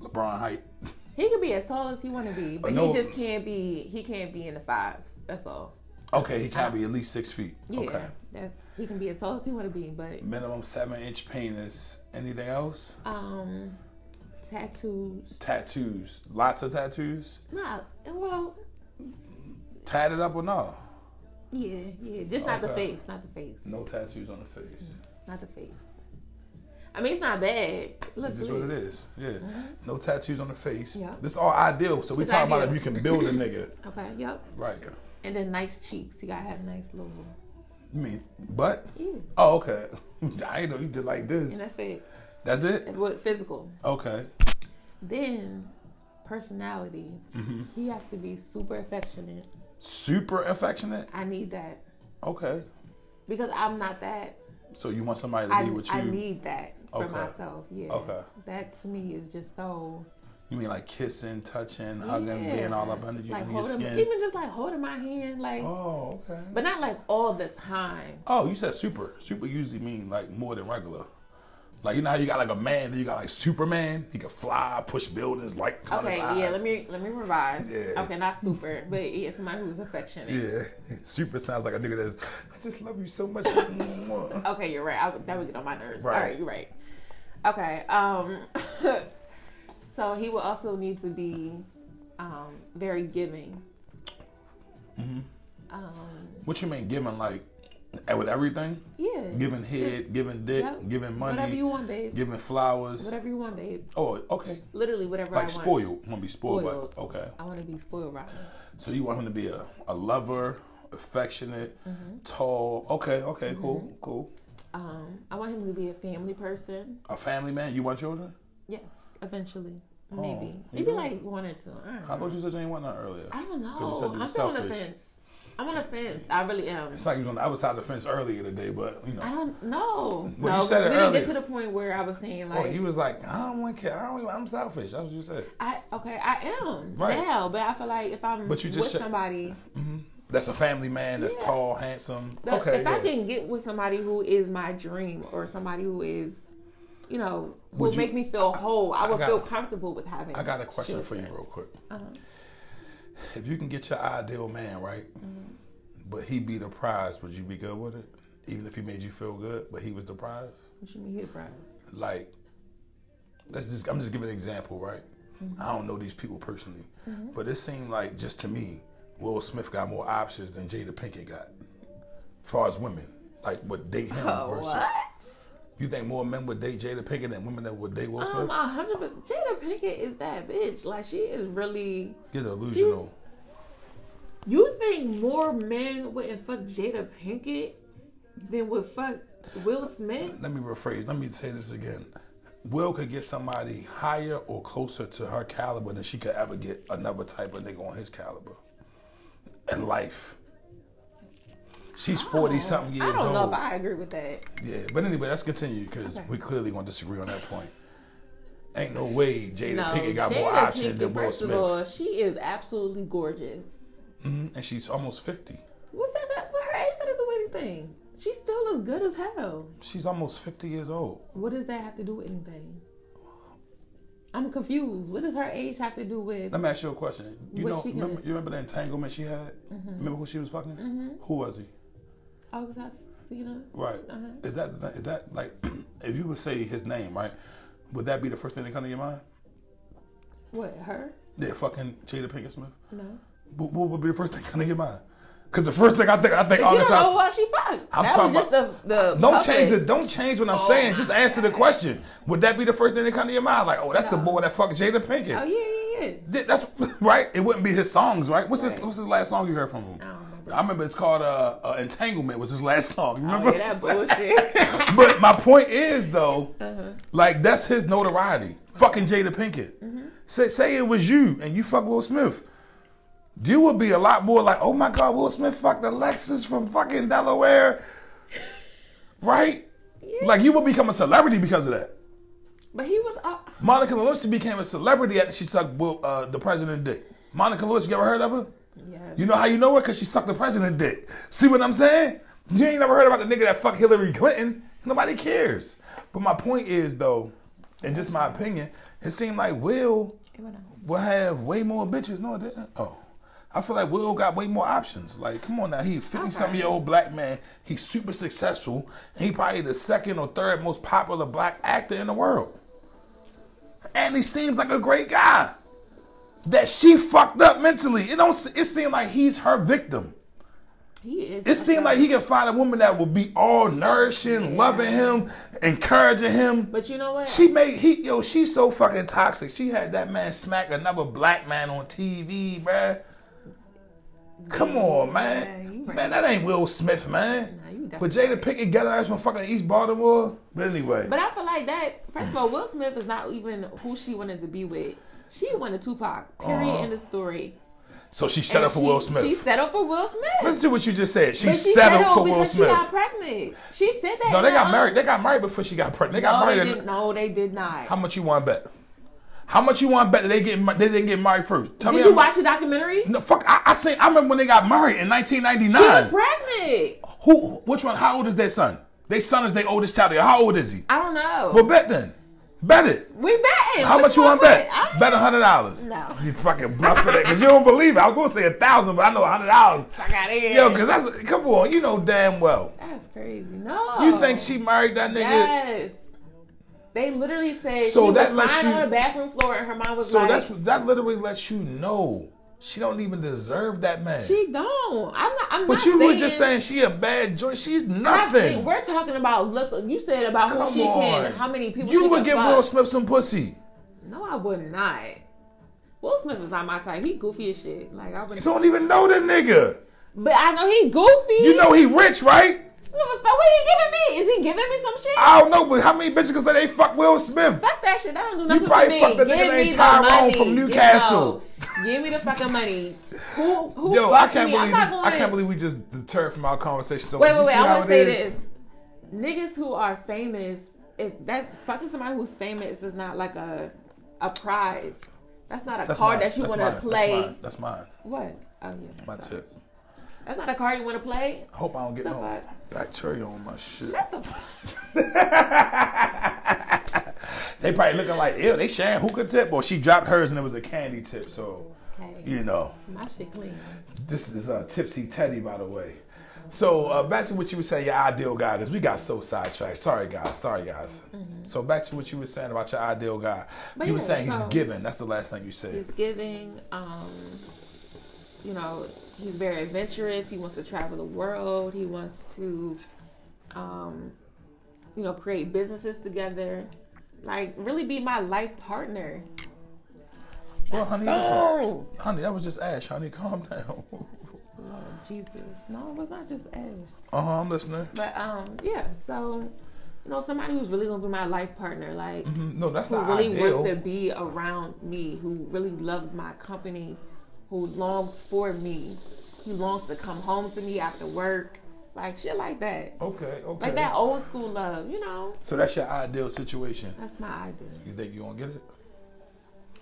LeBron height? He could be as tall as he want to be, but Uh, no. he just can't be. He can't be in the fives. That's all. Okay, he gotta be at least six feet. Yeah, Okay, that's, he can be as tall as he want to be, but minimum seven inch penis. Anything else? um, tattoos. Tattoos, lots of tattoos. Nah, well, Tatted up or no? yeah, yeah, just not the Okay. face, not the face, No tattoos on the face. not the face. I mean, it's not bad. Look, This is what it is. Yeah, no tattoos on the face. Mm-hmm. Yeah. This all ideal. So we It's talking about ideal. if you can build a nigga, okay, yep. right? And then nice cheeks. You gotta have nice little. You mean butt? Yeah, Oh, okay. I ain't know you did like and this. that's it. That's it. With physical, Okay. then personality. Mm-hmm. He has to be super affectionate. Super affectionate. I need that. Okay. because I'm not that. So you want somebody to I, be with you? I need that for Okay. myself. Yeah. Okay. That to me is just so. You mean like kissing, touching, hugging, yeah. being all up under you, like under your holding, skin? even just like holding my hand, like, oh, okay. but not like all the time. oh, you said super. Super usually mean like more than regular. Like you know how you got like a man, then you got like Superman. He can fly, push buildings, like cut his Okay, yeah. eyes. Let me let me revise. Yeah. Okay, not super, but yeah, somebody who's affectionate. Yeah, super sounds like a nigga that's. I just love you so much. Mwah. Okay, you're right. I, would- that would get on my nerves. Right. All right, you're right. Okay. Um. so he will also need to be um, very giving. Mm-hmm. Um. what you mean giving like, eh, with everything? Yeah. Giving head, Just- giving dick, Yep. giving Whatever money, you want, babe. giving flowers. Whatever you want, babe. Oh, okay. Literally, whatever I Like want. spoiled. Want to be spoiled, Spoiled. but okay. I want to be spoiled rotten. So you want him to be a, a lover, affectionate, Mm-hmm. tall. Okay, okay, cool, cool. Um, I want him to be a family person. A family man. You want children? Yes, eventually, maybe, Oh, you maybe do? like one or two. I I don't know. thought you said you ain't want none earlier. I don't you said know. you were I'm still on the selfish. fence. I'm on the fence. I really am. It's like you was on the other side of the fence earlier today, but you know. I don't know. Well, no, you said it we didn't get earlier. to the point where I was saying like, oh, you was like, I don't want care. I don't. even- I'm selfish. That's what you said. I okay, I am Right. now, but I feel like if I'm But you just with said- somebody, Mm-hmm. That's a family man. That's Yeah. tall, handsome. But okay. if yeah. I can get with somebody who is my dream or somebody who is, you know, who Would you- make me feel whole, I, I would got- feel comfortable with having. I got a question for you, children. real quick. Uh-huh. If you can get your ideal man right, Mm-hmm. but he be the prize, would you be good with it? Even if he made you feel good, but he was the prize. What you mean he the prize? like let's just I'm just giving an example, right? Mm-hmm. I don't know these people personally, but it seemed like just to me, Will Smith got more options than Jada Pinkett got, as far as women. Like would date him Oh, versus you think more men would date Jada Pinkett than women that would date Will Um, Smith? a hundred percent. Jada Pinkett is that bitch. Like she is really. Get delusional. You think more men wouldn't fuck Jada Pinkett than would fuck Will Smith? Let me rephrase. Let me say this again. Will could get somebody higher or closer to her caliber than she could ever get another type of nigga on his caliber. In life. She's 40 something years Oh, I don't old. know if I agree with that. Yeah, but anyway, let's continue because Okay. we clearly gonna disagree on that point. Ain't no way Jada No, Pinkett got Jada more options Pinkett, than Will first Smith, of all, she is absolutely gorgeous. Mhm, and she's almost fifty. What's that? That for her age got to do anything. She's still as good as hell. She's almost fifty years old. What does that have to do with anything? I'm confused. What does her age have to do with? Let me ask you a question. You What know, she Mm-hmm. gonna- remember, you remember the entanglement she had? Remember who she was fucking? Mm-hmm. Who was he? Oxytocin? Right. Uh-huh. Is that is that like if you would say his name, right? Would that be the first thing that come to your mind? What her? Yeah, fucking Jada Pinkett Smith. No. What, what would be the first thing coming to your mind? Because the first thing I think, I think, But you don't honestly, I- know who she fucked. I'm that talking was just the the. Don't puppet. change it. Don't change what I'm Oh saying. my Just answer the question. Would that be the first thing that come to your mind? Like, oh, that's the No. boy that fucked Jada Pinkett. Oh yeah, yeah, yeah. Th- That's right. It wouldn't be his songs, right? What's his Right. What's his last song you heard from him? I don't remember. I remember it's called uh, uh, "Entanglement." Was his last song? You Oh remember? yeah, that bullshit. but my point is though, like that's his notoriety. Fucking Jada Pinkett. Say say it was you and you fuck Will Smith. You would be a lot more like, oh my god, Will Smith fucked Alexis from fucking Delaware, right? Like you would become a celebrity because of that. but he was uh, up. Monica Lewinsky became a celebrity after she sucked Will, uh, the president dick. Monica Lewinsky, you ever heard of her? Yeah. You know how you know it? Because she sucked the president dick. See what I'm saying? You ain't never heard about the nigga that fucked Hillary Clinton. Nobody cares. But my point is, though, and just my opinion, it seemed like Will It went out. will have way more bitches. No, it didn't. Oh. I feel like Will got way more options. Like, come on now, he fifty something year old black man. He's super successful. And he probably the second or third most popular black actor in the world. And he seems like a great guy. That she fucked up mentally. It don't. It seems like he's her victim. He is. It seemed like he can find a woman that will be all nourishing, loving him, encouraging him. But you know what? She made he yo. She's so fucking toxic. She had that man smack another black man on TV, bruh. Come on, Yeah, man. you right. Man, that ain't Will Smth, man. Nah, you But definitely Jada Pinkett got her ass from fucking East Baltimore. But anyway, But I feel like that. First of all, Will Smith is not even who she wanted to be with. She wanted Tupac. Period. Uh-huh. in the story. so she settled And for she- Will Smith. She settled for Will Smith. Listen to what you just said. She, But "Oh, settled, for Will because Smith. She got pregnant. She said that. no, in they her got own- married. They got married before she got pregnant. They got No, married. they in- did. No, they did not. How much you want to bet? How much you want to bet that they get mar- they didn't get married first? Tell did me. you I'm- watch the documentary? No, fuck. I, I seen. I remember when they got married in She was 1999. pregnant. Who? Which one? How old is their son? Their son is their oldest child. How old is he? I don't know. Well, bet then. Bet it. we betting. How What much you want to wanna bet? I'm- Bet a hundred dollars. No. You fucking bluffing it because you don't believe it. I was gonna say a thousand, but I know a hundred dollars. I got it. Yo, because that's come on. You know damn well. that's crazy. No. You think she married that nigga? Oh. Yes. They literally say So she that was lets lying you- on the bathroom floor, and her mom was So like, that's that literally lets you know she don't even deserve that man. "She don't." I'm not. I'm but not you saying, was just saying she a bad joint. She's I think nothing. We're talking about looks. You said about who Come she on. can, how many people she You would can give fuck. Will Smith some pussy. No, I would not. Will Smith is not my type. He goofy as shit. Like I You wouldn't. don't even know the nigga. But I know he goofy. You know he rich, right? What the fuck? What he giving me? Is he giving me some shit? I don't know, but how many bitches can say they fuck Will Smith? Fuck that shit. That don't do nothing probably for me. fucked a nigga named Give me the Tyrone money. from Give- Newcastle. no. Give me the fucking money. Who who Yo, I fucked can't me? I'm believe not this, going. I can't believe we just deterred from our conversation. So Wait, you wait, wait. see how I want to it say is? this. Niggas who are famous, it, that's fucking somebody who's famous is not like a a prize. That's not a That's card mine. that you That's want to mine. play. That's mine. What? Oh yeah. That's mine. My sorry. tip. That's not a card you want to play. I hope I don't get The no fuck? bacteria on my shit. Shut the fuck. They probably looking like, ew, they sharing hookah tip, or she dropped hers and it was a candy tip. So, Hey, you know, my shit clean. this is uh, Tipsy Teddy, by the way. So uh, back to what you were saying, your ideal guy, because we got so sidetracked. Sorry, guys. Sorry, guys. So back to what you were saying about your ideal guy. Mm-hmm. But you were yeah, saying he's so- giving. That's the last thing you said. He's giving. Um, you know, he's very adventurous. He wants to travel the world. He wants to, um, you know, create businesses together. Like, really be my life partner. Well, honey, listen. Oh! honey, that was just Ash. Honey, calm down. Uh-huh, Lord Jesus. No, it was not just Ash. uh huh. I'm listening. But um, yeah. So, you know, somebody who's really gonna be my life partner. Like, Mhm. No, that's who not really ideal. wants to be around me, who really loves my company, who longs for me, who longs to come home to me after work, like shit like that, okay. Okay. like that old school love, you know. So that's your ideal situation. That's my idea. You think you gonna get it?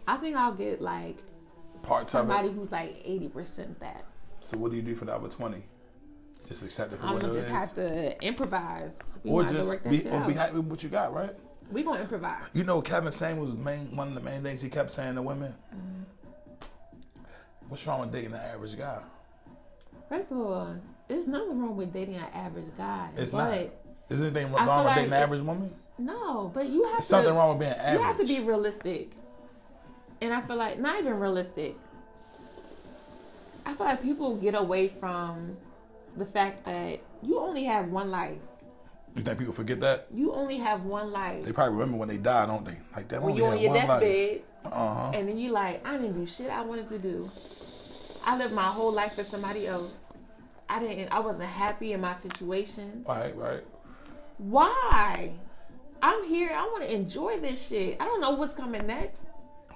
I think I'll get like Part time. somebody who's like eighty percent that. So what do you do for the other twenty? Just accept it for I'm what it gonna just is? have to improvise. We or gonna have to work just that be, shit or be out. happy with what you got, right? we gonna improvise. You know, Kevin Samuels was main, one of the main things he kept saying to women. Mm-hmm. What's wrong with dating the average guy? First of all, there's nothing wrong with dating an average guy. It's but not. Is anything I wrong with feel dating like the it- average woman? No, but you have There's to. something wrong with being You have to average. be realistic. and I feel like not even realistic. I feel like people get away from the fact that you only have one life. You think people forget that? You only have one life. They probably remember when they die, don't they? Like that. when you're on your deathbed, Uh huh. and then you like, I didn't do shit I wanted to do. I lived my whole life for somebody else. I didn't. I wasn't happy in my situation. Right, right. Why? I'm here. I want to enjoy this shit. I don't know what's coming next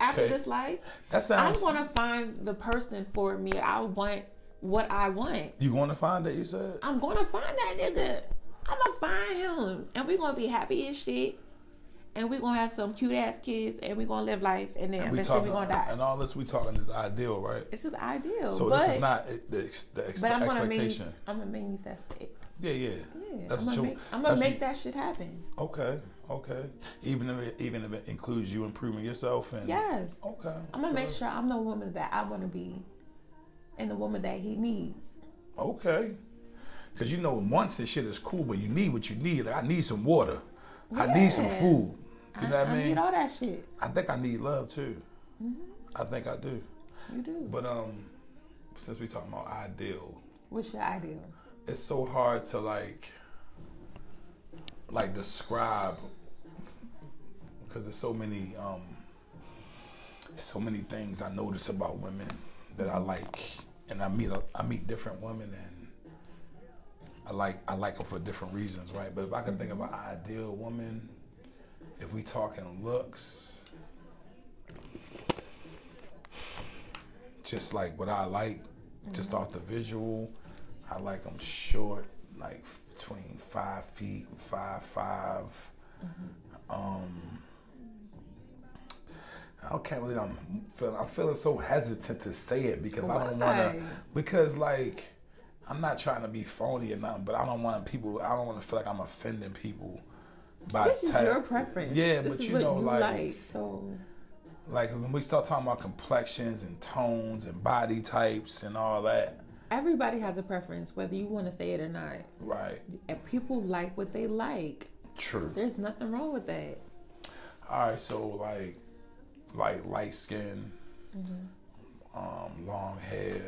after Okay. this life. That sounds. I'm gonna find the person for me. I want what I want. You going to find that? You said. I'm gonna find that nigga. I'm gonna find him, and we're gonna be happy as shit, and we're gonna have some cute ass kids, and we're gonna live life, and then we eventually talking we're gonna die. and all this. We talking this ideal, right? This is ideal, So but this is not it- the, ex, the ex, but I'm gonna make expectation. I'm gonna manifest it. Yeah, yeah. Yeah, That's I'm what gonna you- make, I'm that's gonna what make you- that shit happen. Okay, okay. Even if it, even if it includes you improving yourself and Yes, Okay. I'm gonna make good. sure I'm the woman that I want to be, and the woman that he needs. Okay. Cause you know, once this shit is cool, but you need what you need. Like, I need some water. I need some Yeah. food. You know I, what I I need mean? all that shit. I think I need love too. I think I do. You do. But um, since we talking about ideal, What's your ideal? it's so hard to like, like describe, because there's so many um, so many things I notice about women that I like, and I meet a- I meet different women and. I like I like them for different reasons, right? But if I can think of an ideal woman, if we talking looks, just like what I like, just off the visual, I like them short, like between five feet, and five five. Um, I can't really. I'm feeling. I'm feeling so hesitant to say it because I don't want Why? to. Because like, I'm not trying to be phony or nothing, but I don't want people. I don't want to feel like I'm offending people. By This is type- your preference. Yeah, this but is you what know, you like, so like when we start talking about complexions and tones and body types and all that, everybody has a preference, whether you want to say it or not. right? And people like what they like. True. There's nothing wrong with that. All right, so like, like light skin, Mm-hmm. um, long hair,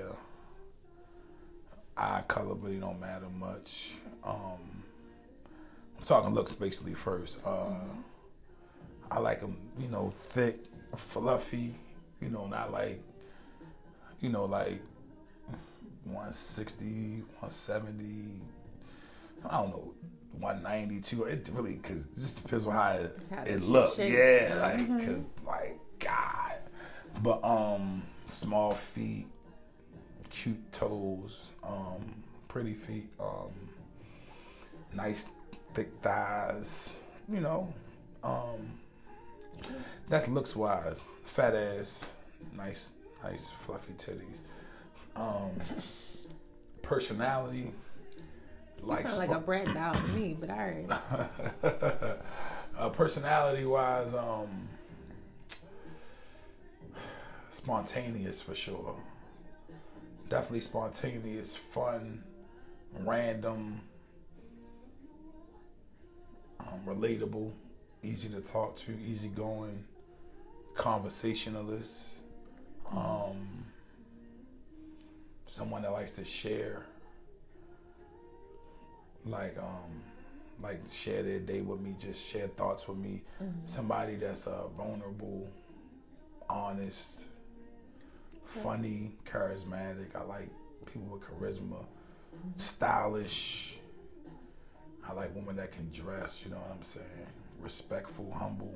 eye color really don't matter much. Um, I'm talking looks basically first. Uh, Mm-hmm. I like them, you know, thick, fluffy, you know, not like, you know, like 160, 170, I don't know, 190, 200. It really, because just depends on how it, How the it looks. shape- Yeah, like, Mhm. because, like, God. But, um, small feet, cute toes, um, pretty feet, um, nice thick thighs, you know. Um, that's looks wise. Fat ass, nice, nice fluffy titties. Um, personality, You like, sound like a brat doll to me, but alright. uh, personality wise, um, spontaneous for sure. Definitely spontaneous, fun, random, um, relatable, easy to talk to, easygoing, conversationalist, um, someone that likes to share, like um, like share their day with me, just share thoughts with me. Mm-hmm. Somebody that's uh, vulnerable, honest, funny, charismatic. I like people with charisma, Mm-hmm. stylish. I like women that can dress. You know what I'm saying? Respectful, humble,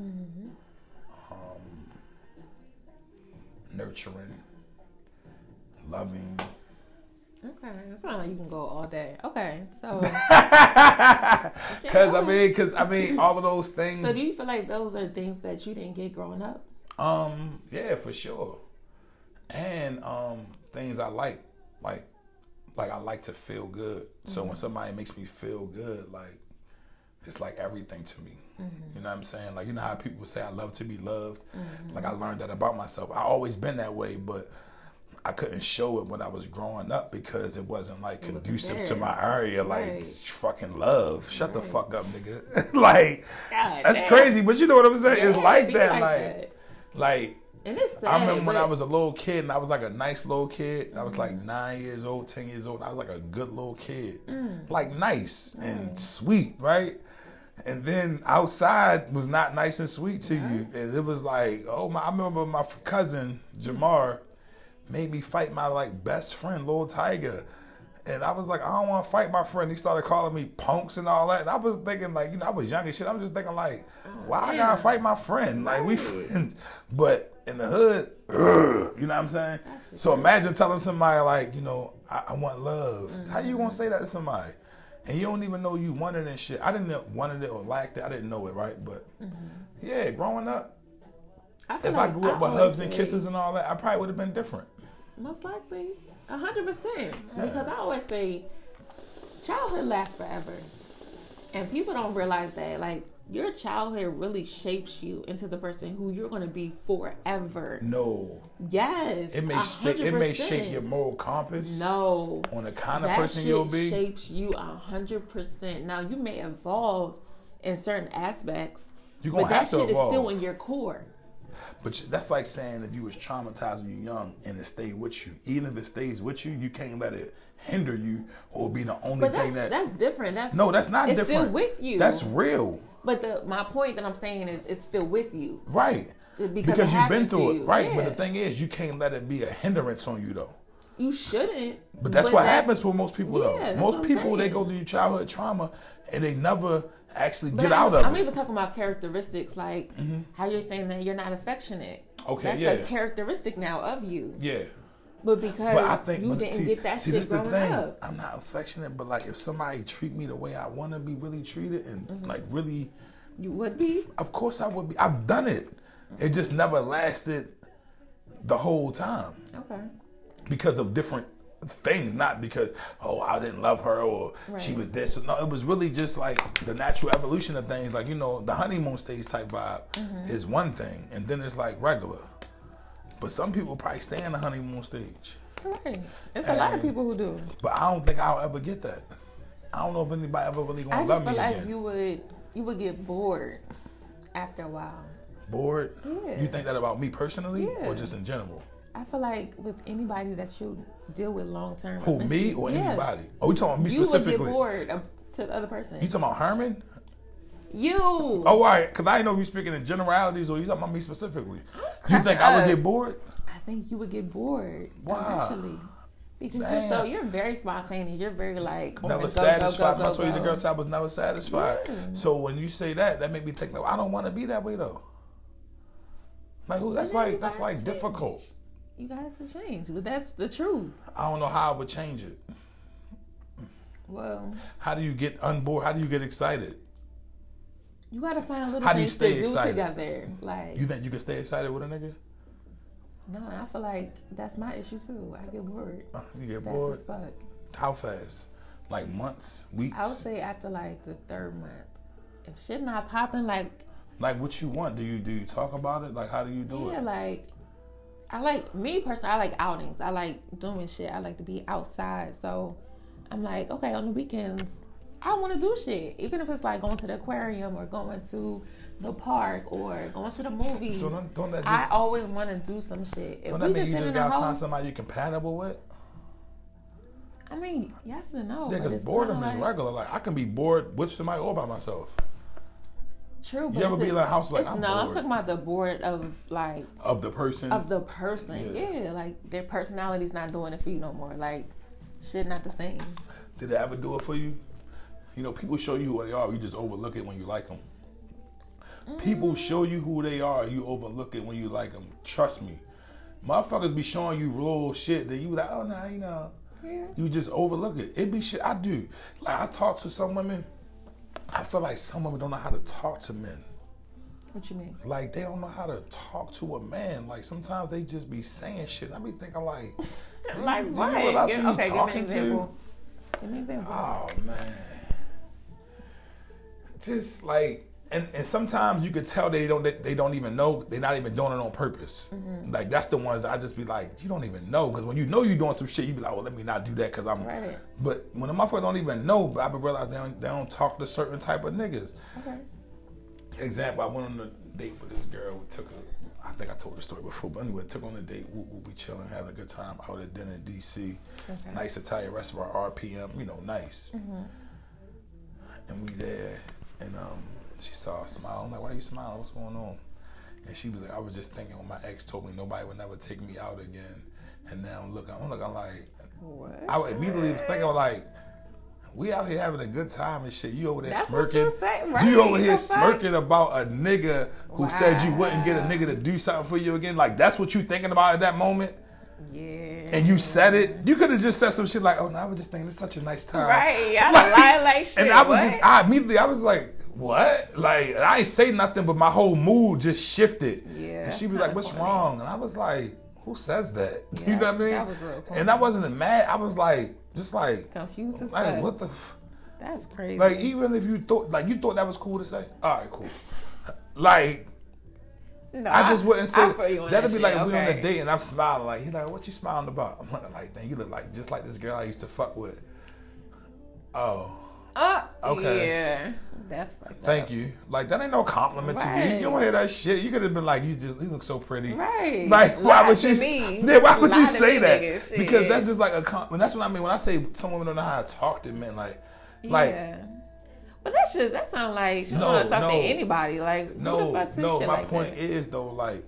Mm-hmm. um, nurturing, loving. Okay, it's not like you can go all day. Okay, so Because I mean, because I mean, all of those things. so do you feel like those are things that you didn't get growing up? Um, yeah, for sure. And um things I like. Like like I like to feel good. So Mm-hmm. when somebody makes me feel good, like it's like everything to me. Mm-hmm. You know what I'm saying? Like you know how people say I love to be loved. Like I learned that about myself. I always been that way, but I couldn't show it when I was growing up because it wasn't like wasn't conducive to there. my area. Like Right. fucking love, shut the Right. fuck up, nigga. like God that's damn. crazy, but you know what I'm saying? it's Yeah, like it be that. Like, that. Like And it's sad. I remember when I but- was a little kid and I was like a nice little kid. I was like nine years old, ten years old. I was like a good little kid, like nice and sweet, right? And then outside was not nice and sweet to you, and it was like, oh my! I remember my f- cousin Jamar made me fight my like best friend, Lil Tiger. And I was like, I don't want to fight my friend. He started calling me punks and all that. And I was thinking, like, you know, I was young and shit. I'm just thinking, like, why I yeah. gotta fight my friend? Like, we Right. friends. But in the hood, ugh, you know what I'm saying? That's So imagine telling somebody, like, you know, I, I want love. How you gonna say that to somebody? And you don't even know you wanted it and shit. I didn't know- wanted it or liked it. I didn't know it, right? But yeah, growing up, I feel if I like grew up with always hugs and say- kisses and all that, I probably would have been different. Most likely, a hundred percent. Yeah. Because I always say, childhood lasts forever, and people don't realize that. Like your childhood really shapes you into the person who you're going to be forever. No, Yes, It may a shape, it may shape 100%. your moral compass No, on the kind of that person shit you'll be. shapes you a hundred percent. Now you may evolve in certain aspects, You're but gonna that have to shit is still evolve. in your core. but you- that's like saying if you was traumatized when you're young and it stayed with you, even if it stays with you, you can't let it hinder you or be the only But thing that's that. that's different. That's no, that's not it's different. still with you. That's real, But the my point that I'm saying is it's still with you. right? Because it you've been happened to through it, you. right? But the Yeah. thing is, you can't let it be a hindrance on you though. You shouldn't. But that's what happens with most people Yeah, though. that's Most what I'm people they saying. go through childhood trauma and they never actually but get I'm, out of I'm it. Mm-hmm. even talking about characteristics like how you're saying that you're not affectionate. Okay, that's yeah. a characteristic now of you. yeah. But because But I think you but didn't see- get that see, shit this the growing thing. up. I'm not affectionate, but like if somebody treat me the way I want to be really treated, and Mm-hmm. like really, You would be. of course I would be. I've done it. It just never lasted the whole time Okay. because of different things. Not because oh I didn't love her or she Right. was this. No, it was really just like the natural evolution of things. Like you know the honeymoon stage type vibe Mm-hmm. is one thing, and then it's like regular. But some people probably stay in the honeymoon stage. Right. It's a lot of And- people who do. But I don't think I'll ever get that. I don't know if anybody ever really I gonna just love feel me like again. you would you would get bored after a while. Bored? Yeah. You think that about me personally Yeah. or just in general? I feel like with anybody that you deal with long term. Who, me or yes, anybody? Oh, you talking about me You would get specifically? You bored of, to the other person. talking about Herman? You. Oh, all right. Because I didn't know if you speaking in generalities or you talking about me specifically. You think I up. would get bored? I think you would get bored Wow. eventually. Because you're so Damn. you're very spontaneous. You're very like on never the go, go, go, satisfied. go, When I told you the go. girl said I was never satisfied. Yeah. So when you say that, that made me think, no, I don't want to be that way though. Like who? That's then like you that's gotta like change. difficult. You guys have changed, but that's the truth. I don't know how I would change it. Well, How do you get unbored? How do you get excited? you gotta find little How do you things stay to excited? do together. Like You think you can stay excited with a nigga? no, and I feel like that's my issue too. I get bored Uh, You get fast bored. as fuck. How fast? Like months, I would weeks? say after like the third month, if shit not popping, like Like what you want? Do you do you talk about it? Like how do you do yeah, it? like I like me personally. I like outings. I like doing shit. I like to be outside. So I'm like, okay, on the weekends, I want to do shit, even if it's like going to the aquarium or going to the park or going to the movies. So don't, don't that just I always want to do some shit. If don't we that mean you just sitting just in the gotta find house, somebody you're compatible with? I mean, yes and no. Yeah, but because it's boredom kinda is like- regular. Like I can be bored with somebody or by myself. True, but You ever it's be a- in the house like it's- I'm no, I'm bored talking about the bored of like of the person? of the person. Yeah. Yeah. like their personality's not doing it for you no more. Like shit, not the same. Did they ever do it for you? You know, people show you who they are. You just overlook it when you like them. Mm. People show you who they are. You overlook it when you like them. Trust me. Motherfuckers be showing you real shit that you like, oh, nah, you know. Yeah. You just overlook it. It be shit I do. Like, I talk to some women. I feel like some women don't know how to talk to men. What you mean? Like, they don't know how to talk to a man. Like, sometimes they just be saying shit. I be thinking, like, Like do you what? realize Give- who you okay, give me an talking to? example. Give me an example. Oh man. Just like and, and sometimes you could tell they don't they, they don't even know they're not even doing it on purpose. Like that's the ones I just be like you don't even know because when you know you're doing some shit you be like well let me not do that because I'm Right. But when the motherfuckers don't even know, but I be realize they don't, they don't talk to certain type of niggas. okay. Example, I went on a date with this girl. We took her. I think I told the story before, but anyway, took on a date. We, we, we chilling, having a good time out at dinner in D.C. Okay. Nice Italian restaurant, RPM, you know, nice. And we there, and um, she saw a smile. I'm like, why you smiling? What's going on? And she was like, I was just thinking when my ex told me nobody would never take me out again. And now look, I'm looking like, What? I immediately was thinking like, we out here having a good time and shit. You over there That's what smirking. you say, right. You over here That's like- smirking about a nigga who said you wouldn't get a Wow. nigga to do something for you again. Like that's what you thinking about at that moment, yeah. and you said it. You could have just said some shit like, "Oh no, I was just thinking it's such a nice time." Right. I lie like shit. uh, And I was what? just, I immediately, I was like, "What?" Like and I ain't say nothing, but my whole mood just shifted. Yeah, And that's she was like, kinda "What's funny. wrong?" And I was like, "Who says that?" Yeah, you know what I mean? that was real and I wasn't mad. I was like, just like. confused as Like fuck. what the, f- That's crazy. like even if you thought like you thought that was cool to say, all right, cool. Like no, I just wouldn't say I feel you on that'd that be like shit, we on a okay. date and I'm smiling like he's like, what you smiling about? I'm like, like dang, you look like just like this girl I used to fuck with. Oh, Oh, Okay. Yeah. That's fucked thank up. you. Like that ain't no compliment to you. Right. You don't hear that shit. You could have been like, you just you look so pretty. Right. Like why Lie would to you? me. Yeah, why would Lie you to say me, that? nigga, shit. because that's just like a compliment. That's what I mean when I say some women don't know how to talk to men. Like, like yeah. But that shit, that sound like she No, don't want to talk no. to anybody. Like, who No, the fuck say no. shit My like point that? is though, like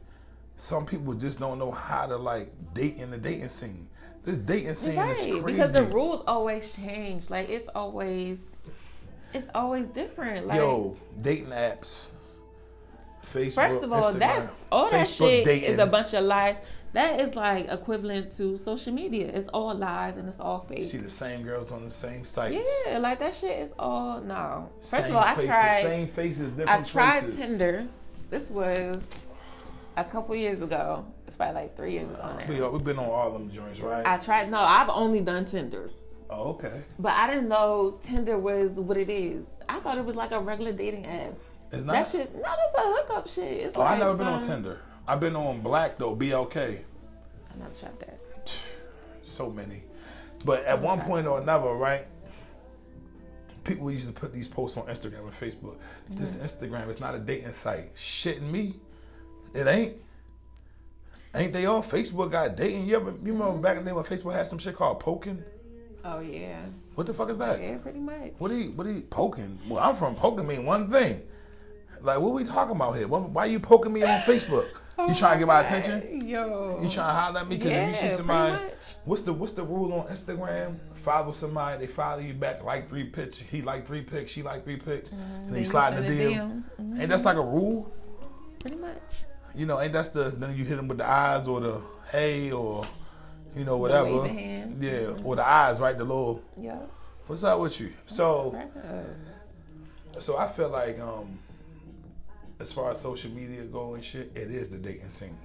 some people just don't know how to like date in the dating scene. This dating scene is crazy. right because the rules always change. Like, it's always, it's always different. Like, Yo, dating apps, Facebook. First of all, Instagram, that's all that Facebook shit dating. is a bunch of lies. That is like equivalent to social media. It's all lies and it's all fake. See the same girls on the same sites. yeah, like that shit is all no. First same of all, I places, tried. Same faces, different I tried places. Tinder. This was a couple years ago. It's probably like three years ago now. We, we've been on all them joints, right? I tried. No, I've only done Tinder, oh, okay. but I didn't know Tinder was what it is. I thought it was like a regular dating app. It's not. That shit, no, that's a hookup shit. It's oh, like I've never been on some- Tinder. I've been on Black though, BLK. I never tried that. so many. But at one point or another, right? People used to put these posts on Instagram and Facebook. This Mm-hmm. Instagram is not a dating site. Shitting me, it ain't. Ain't they all? Facebook got dating. You ever you remember back in the day when Facebook had some shit called poking? Oh yeah, What the fuck is that? yeah, pretty much. What are you what are you poking? Well, I'm from poking mean one thing. Like what we talking about here? Why, why you poking me on Facebook? You trying to get my attention? Yo. You trying to holler at me because if you Oh Yeah, see somebody, pretty much. what's the what's the rule on Instagram? Follow somebody, they follow you back like three pics. He like three pics, she like three pics, and then you slide in the Mm-hmm. send a Mm-hmm. DM. Ain't that's like a rule? Pretty much. You know, ain't that's the then you hit them with the eyes or the hey or you know whatever. waving hand. Mm-hmm. Yeah, or the eyes, right? The little Yo. what's up with you? So right. so I feel like um as far as social media go and shit, it is the dating scene.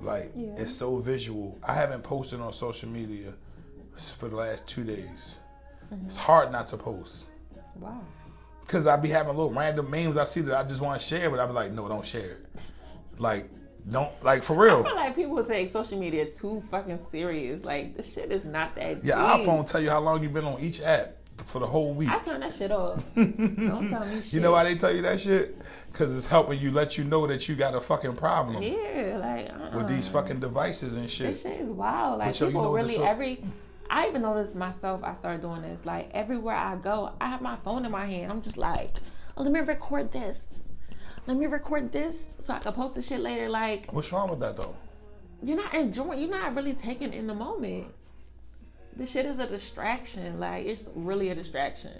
Like Yeah. it's so visual. I haven't posted on social media s- for the last two days. Mm-hmm. It's hard not to post Wow. because I be having little random memes I see that I just want to share, but I be like, no, don't share it. Like, don't like for I real. feel like people take social media too fucking serious. Like the shit is not that Your deep. iPhone tell you how long you've been on each app for the whole week. I turn that shit off. Don't tell me shit. You know why they tell you that shit? Because it's helping you let you know that you got a fucking problem. Yeah, like uh-uh. with these fucking devices and This shit. shit is wild. Like But yo, you people know what really this- every. I even noticed myself. I started doing this. Like everywhere I go, I have my phone in my hand. I'm just like, oh, let me record this. Let me record this so I can post this shit later. Like What's wrong with that though? you're not enjoying. You're not really taking in the moment. This shit is a distraction. Like it's really a distraction.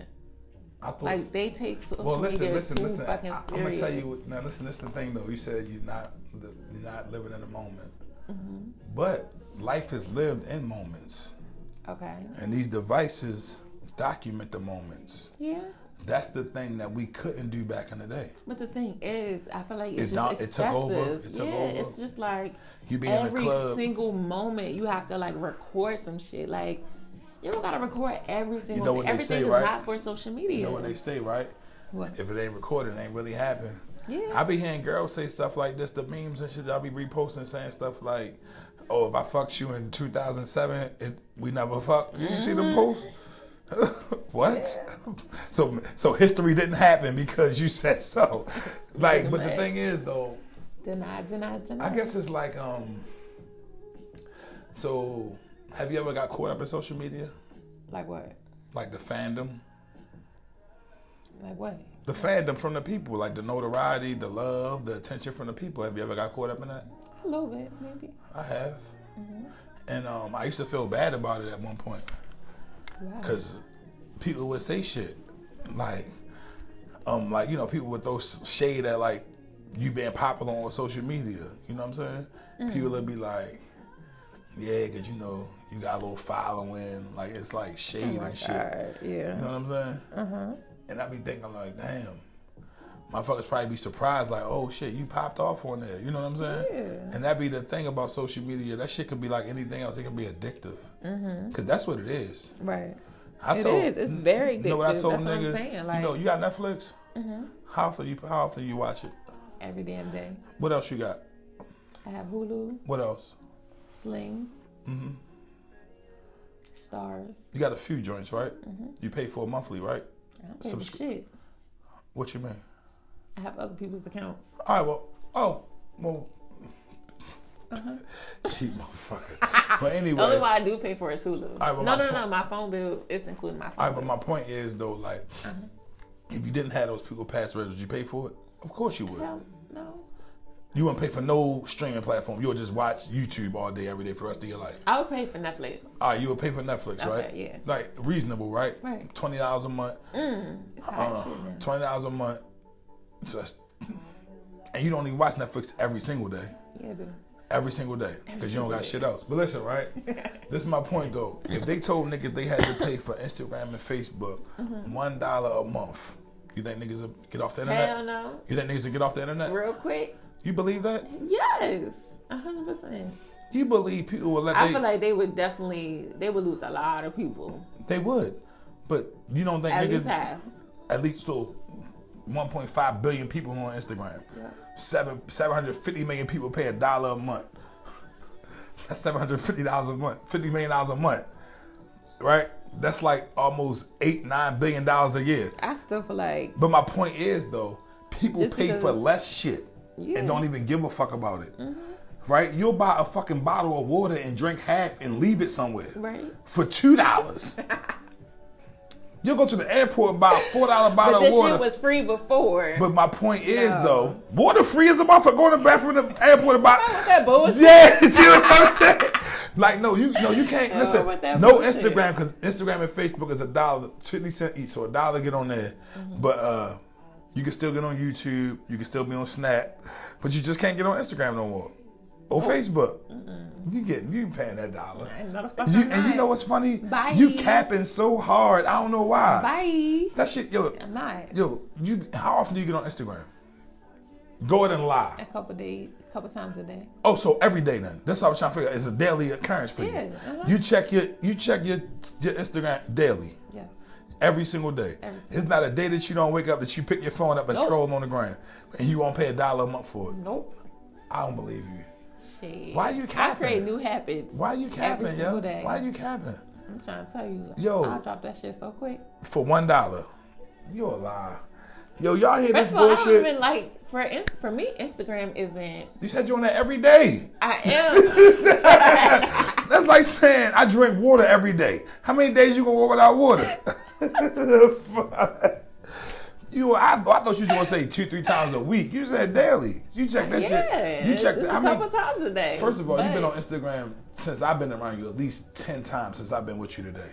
I thought. Like they take social well, listen, media listen, too listen. I, fucking am serious. gonna tell you now. Listen, this is the thing though. You said you're not li- you're not living in the moment, Mm-hmm. but life is lived in moments, Okay. and these devices document the moments. Yeah. That's the thing that we couldn't do back in the day. But the thing is, I feel like it's It just don't- it excessive. took over. It took yeah, over. it's just like You be in a every club. single moment you have to like record some shit. Like you don't gotta record every single. know what thing. they Everything say, is right? not for social media. You know what they say, right? What? If it ain't recorded, it ain't really happened. Yeah. I be hearing girls say stuff like this, the memes and shit. that I be reposting saying stuff like, "Oh, if I fucked you in 2007, it, we never fucked." You see Mm-hmm. them posts? what? So, so history didn't happen because you said so. Like, but the Right. thing is though, Deny, deny, deny. I guess it's like um. So, have you ever got caught up in social media, Like what? like the fandom, Like what? the fandom from the people, like the notoriety, the love, the attention from the people? Have you ever got caught up in that? A little bit, maybe. I have, and um, I used to feel bad about it at one point Wow. because people would say shit like, um, like you know, people would throw s- shade at like you being popular on social media. You know what I'm saying? People would be like, yeah, because you know you got a little following. Like it's like shade and shit. Oh God, You know yeah. what I'm saying? Uh-huh. And I be thinking like, damn, motherfuckers probably be surprised like, oh shit, you popped off on there. You know what I'm saying? Yeah. And that be the thing about social media. That shit could be like anything else. It can be addictive. Mm-hmm. Cause that's what it is. Right. I It told, is. It's very You know what I addictive. told That's what I'm niggas? saying, like- Mm-hmm. you know, you got Netflix. How often you how often you watch it? Every damn day. What else you got? I have Hulu, What else? Sling, Mm-hmm. Stars. You got a few joints, right? Mm-hmm. You pay for it monthly, right? I don't pay for Subscri- shit. What you mean? I have other people's accounts. All right. Well. Oh. Well. Uh-huh. Oh, Cheap motherfucker. but The only anyway. why I do pay for is Hulu. right, well, my no, no, no. phone- My phone bill is including my phone. All right, but bill. my point is though, like, Uh-huh. if you didn't have those people passwords, would you pay for it? Of course you would. Hell, no. You wouldn't pay for no streaming platform. You would just watch YouTube all day, every day for the rest of your life. I would pay for Netflix. All right, you would pay for Netflix, Okay, right? yeah. Like reasonable, right? Right. Twenty dollars a month. Mm. It's hot Uh, shit now. Twenty dollars a month. So that's- and you don't even watch Netflix every single day. Yeah, dude. Every single day, because you don't got shit else. But listen, right? this is my point though. If they told niggas they had to pay for Instagram and Facebook Mm-hmm. one dollar a month, you think niggas will get off the internet? Hell no. You think niggas will get off the internet? Real quick. You believe that? Yes. a hundred percent. You believe people will let I they? feel like they would definitely they would lose a lot of people. they would, but you don't think At niggas least half. at least so 1.5 billion people on Instagram. Yeah. Seven 750 million people pay a dollar a month. That's 750 dollars a month. 50 million dollars a month, right? That's like almost eight nine billion dollars a year. I still feel like But my point is though, people Just pay for because- less shit Yeah. Mm-hmm. and don't even give a fuck about it. Right? You'll buy a fucking bottle of water and drink half and leave it somewhere right. for two dollars. You'll go to the airport and buy a four dollar But bottle this of water. shit was free before. But my point is No. though, water free is a motherfucker. Go to the bathroom in the airport With about that bullshit. Yes, you know what I'm saying? Like no, you no, you can't No, listen. Oh, with that No bullshit. Instagram because Instagram and Facebook is a dollar fifty cent each, so a dollar get on there. Mm-hmm. But uh you can still get on YouTube, you can still be on Snap, but you just can't get on Instagram no more. Or Oh. Facebook. You get you paying that dollar. No, the fuck You, I'm and you not. know what's funny? Bye. You capping so hard. I don't know why. Bye. That shit, yo, I'm not. Yo, you how often do you get on Instagram? Go ahead and A lie. couple days, a couple times a day. Oh, so every day then. That's what I was trying to figure out. It's a daily occurrence for you. Yeah, uh-huh. You check your you check your your Instagram daily. Yes. Every single day. Every it's single not a day that you don't wake up that you pick your phone up and Nope. scroll on the gram. And you won't pay a dollar a month for it. Nope. I don't believe you. Shit. Why you I create capping? new habits. Why you Every capping, single yo? day. Why you capping? I'm trying to tell you. Yo. I'll drop that shit so quick. For one dollar. You a lie. Yo, y'all hear First this of all, I bullshit? don't even like for in- for me. Instagram isn't. You said you on that every day. I am. That's like saying I drink water every day. How many days you gonna go without water? you, I, I thought you was gonna say two, three times a week. You said daily. You check that yeah. shit. You check it's that. a How couple many? times a day. First of all, you've been but- on Instagram since I've been around you at least ten times since I've been with you today.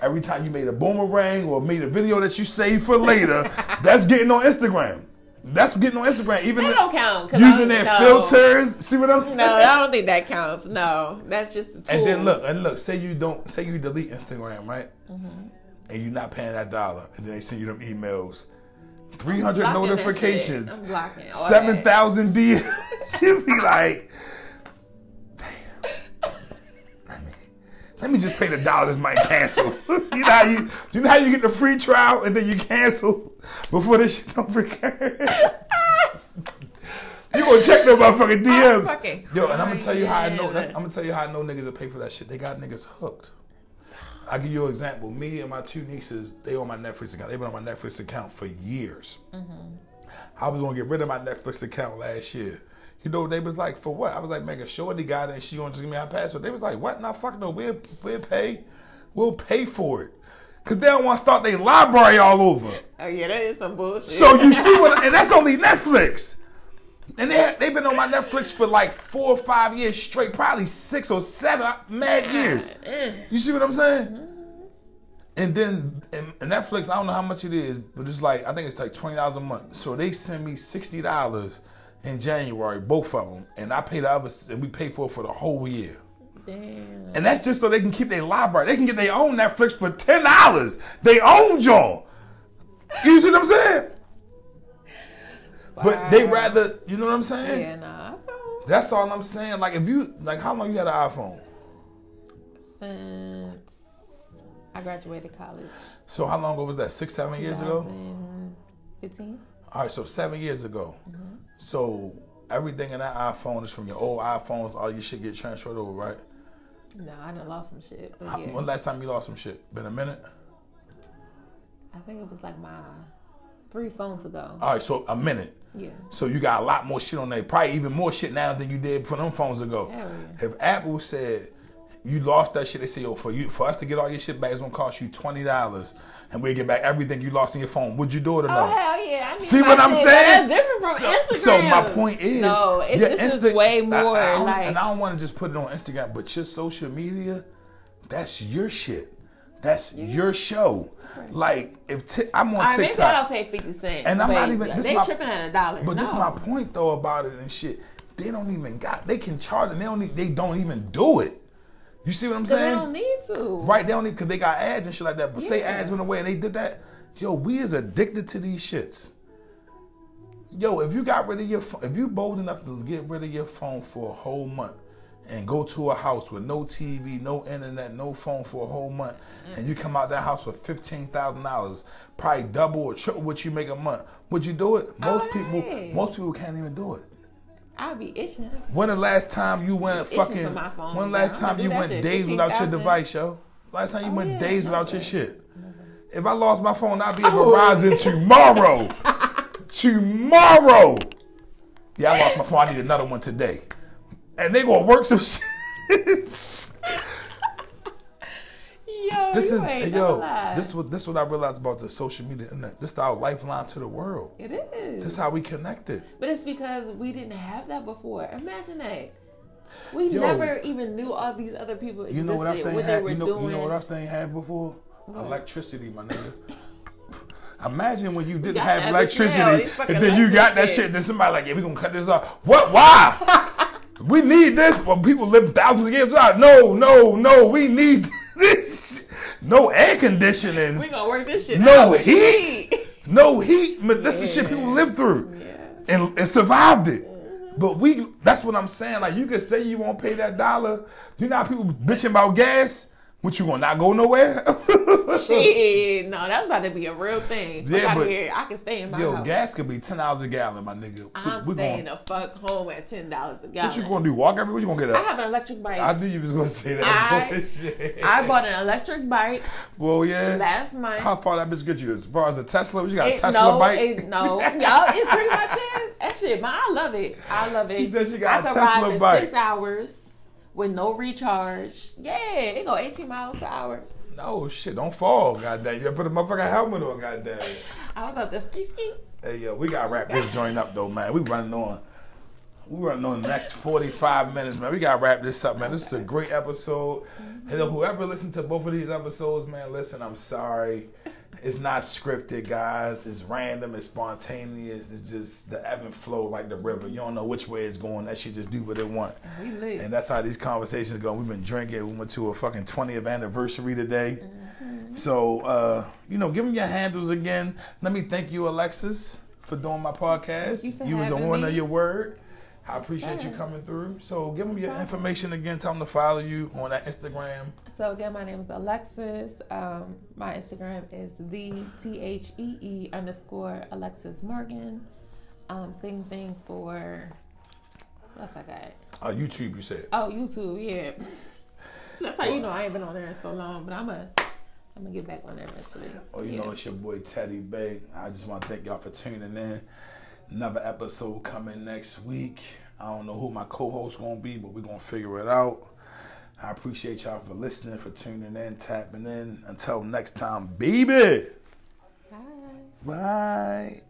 Every time you made a boomerang or made a video that you saved for later, that's getting on Instagram. That's getting on Instagram. Even That don't count. 'cause I using their don't- no. filters. See what I'm saying? No, I don't think that counts. No, that's just the tool. And then look, and look, say you don't, say you delete Instagram, right? Mm-hmm. And you're not paying that dollar, and then they send you them emails, 300 Blocking that shit. Oh notifications, I'm blocking. all seven that. thousand D. you be like, damn. Let me, let me just pay the dollar. This might cancel. you know how you, you know how you get the free trial, and then you cancel before this shit don't recur. You gonna check no motherfucking DMs. fucking Yo, and I'm gonna tell you how I know. crying. That's, I'm gonna tell you how I know niggas that pay for that shit. They got niggas hooked. I give you an example. Me and my two nieces, they on my Netflix account. They've been on my Mm-hmm. Netflix account for years. I was gonna get rid of my Netflix account last year. You know, they was like, for what? I was like, make a shorty got it and she gonna just give me her password. They was like, what? Not fucking no, we'll, we'll pay. We'll pay for it. Cause they don't want to start their library all over. Oh yeah, that is some bullshit. So you see what, and that's only Netflix. And they they've been on my Netflix for like four or five years straight, probably six or seven I- mad years. Eh, You see what I'm saying? And then and and Netflix, I don't know how much it is, but it's like I think it's like twenty dollars a month. So they send me sixty dollars in January, both of them, and I pay the other, and we pay for it for the whole year. Damn. And that's just so they can keep their library. They can get their own Netflix for ten dollars. They own John. You see what I'm saying? But they Wow. rather, you know what I'm saying? Yeah, nah. I feel That's all I'm saying. Like if you like, how long you had an iPhone? since I graduated college. So how long ago was that? Six, seven years ago. 2015. All right, so seven years ago. Mm-hmm. So everything in that iPhone is from your old iPhones. All your shit get transferred over, right? No, I done lost some shit. but How- yeah. When last time you lost some shit? Been a minute. I think it was like my three phones ago. All right, so a minute. Yeah. So you got a lot more shit on there. Probably even more shit now than you did for them phones ago. Hell If Apple said you lost that shit, they say, yo, for you for us to get all your shit back, it's gonna cost you twenty dollars, and we will get back everything you lost in your phone. Would you do it or Oh not? hell yeah! I need See my what I'm shit, but saying? That's different from so, Instagram. so my point is, no, it, your this Insta- is way I- I more don't- like and I don't want to just put it on Instagram, but your social media, that's your shit. That's your show. Like if ti- I'm on All right, maybe I TikTok, don't pay fifty cents. And I'm not but even- this they my- tripping at a dollar. but no. this is my point though about it and shit. They don't even got. They can charge and they don't. e- They don't even do it. You see what I'm they saying? don't need to. Right, they only because they got ads and shit like that. But say Yeah. ads went away and they did that. Yo, we is addicted to these shits. Yo, if you got rid of your, pho- if you bold enough to get rid of your phone for a whole month, and go to a house with no TV, no internet, no phone for a whole month, and you come out that house with fifteen thousand dollars, probably double or triple what you make a month, would you do it? Most people, Alright. most people can't even do it. I'll be itching. When the last time you went Itching fucking? for my phone, when the yeah. last I'm time gonna you do that went shit. Oh, days without your 15,000. device, yo? Last time you went yeah, days no without your way. shit. If I lost my phone, I'd be at Oh. Verizon tomorrow. tomorrow. Yeah, I lost my phone. I need another one today. And they gonna work some shit. Yo, this you is ain't yo. gonna lie. This what this what I realized about the social media. internet. This is our lifeline to the world. It is. This is how we connected. But it's because we didn't have that before. Imagine that. We Yo. never even knew all these other people existed, You know what else they what they had? were You know, doing. you know what else they had before? Electricity, my nigga. Imagine when you didn't have that Michelle, electricity you fucking and then you like got this that shit. shit. Then somebody like, yeah, we gonna cut this off. What? Why? we need this. Well, people live thousands of years out. No, no, no. We need this. Shit. No air conditioning. we gonna work this shit. no out. heat. No heat. Man, That's the shit people live through Yeah. and, and survived it. Mm-hmm. But we, that's what I'm saying. Like, you can say you won't pay that dollar. You know how people bitching about gas? What, you gonna not go nowhere? Shit, no, that's about to be a real thing. Fuck Yeah, out but- of here. I can stay in my Yo, house. gas could be $10 a gallon, my nigga. I'm We- we staying gonna- the fuck home at ten dollars a gallon. What you gonna do? Walk everywhere? What you gonna get I up? have an electric bike. I I, knew you was gonna say that I- bullshit. bought an electric bike well, yeah. last month. How far that bitch get you? As far as a Tesla? What, You got a It- Tesla no, bike? It, no, y'all, it pretty much is. That shit, man, I love it. I love it. She said she got I a could ride Tesla for bike. six hours with no recharge. Yeah, it go 18 miles per hour. No, Oh, shit, don't fall, goddamn. You gotta put a motherfucking helmet on, goddamn. I was out there ski ski. Hey yo, we gotta wrap this joint up though, man. We running on. We running on the next forty five minutes, man. We gotta wrap this up, man. This is a great episode. And whoever listened to both of these episodes, man, listen, I'm sorry. It's not scripted, guys. It's random, it's spontaneous, it's just the ebb and flow like the river. You don't know which way it's going. That shit just do what it want. We lit. And that's how these conversations go. We've been drinking. We went to a fucking 20th anniversary today. Mm-hmm. So, uh, you know, give them your handles again. Let me thank you, Alexis, for doing my podcast. you for was a having woman me. of your word. I appreciate you sir. coming through. So, give them your information again. Tell them to follow you on that Instagram. So again, my name is Alexis. Um, my Instagram is the T H E E underscore Alexis Morgan. Um, same thing for what else I got? Uh, YouTube, you said. Oh, YouTube, yeah. That's how you know I ain't been on there in so long, but I'm a I'm gonna get back on there eventually. Oh, you yeah. know, it's your boy Teddy Bay. I just want to thank y'all for tuning in. Another episode coming next week. I don't know who my co-host gonna be, but we're gonna figure it out. I appreciate y'all for listening, for tuning in, tapping in. Until next time, baby. Bye. Bye.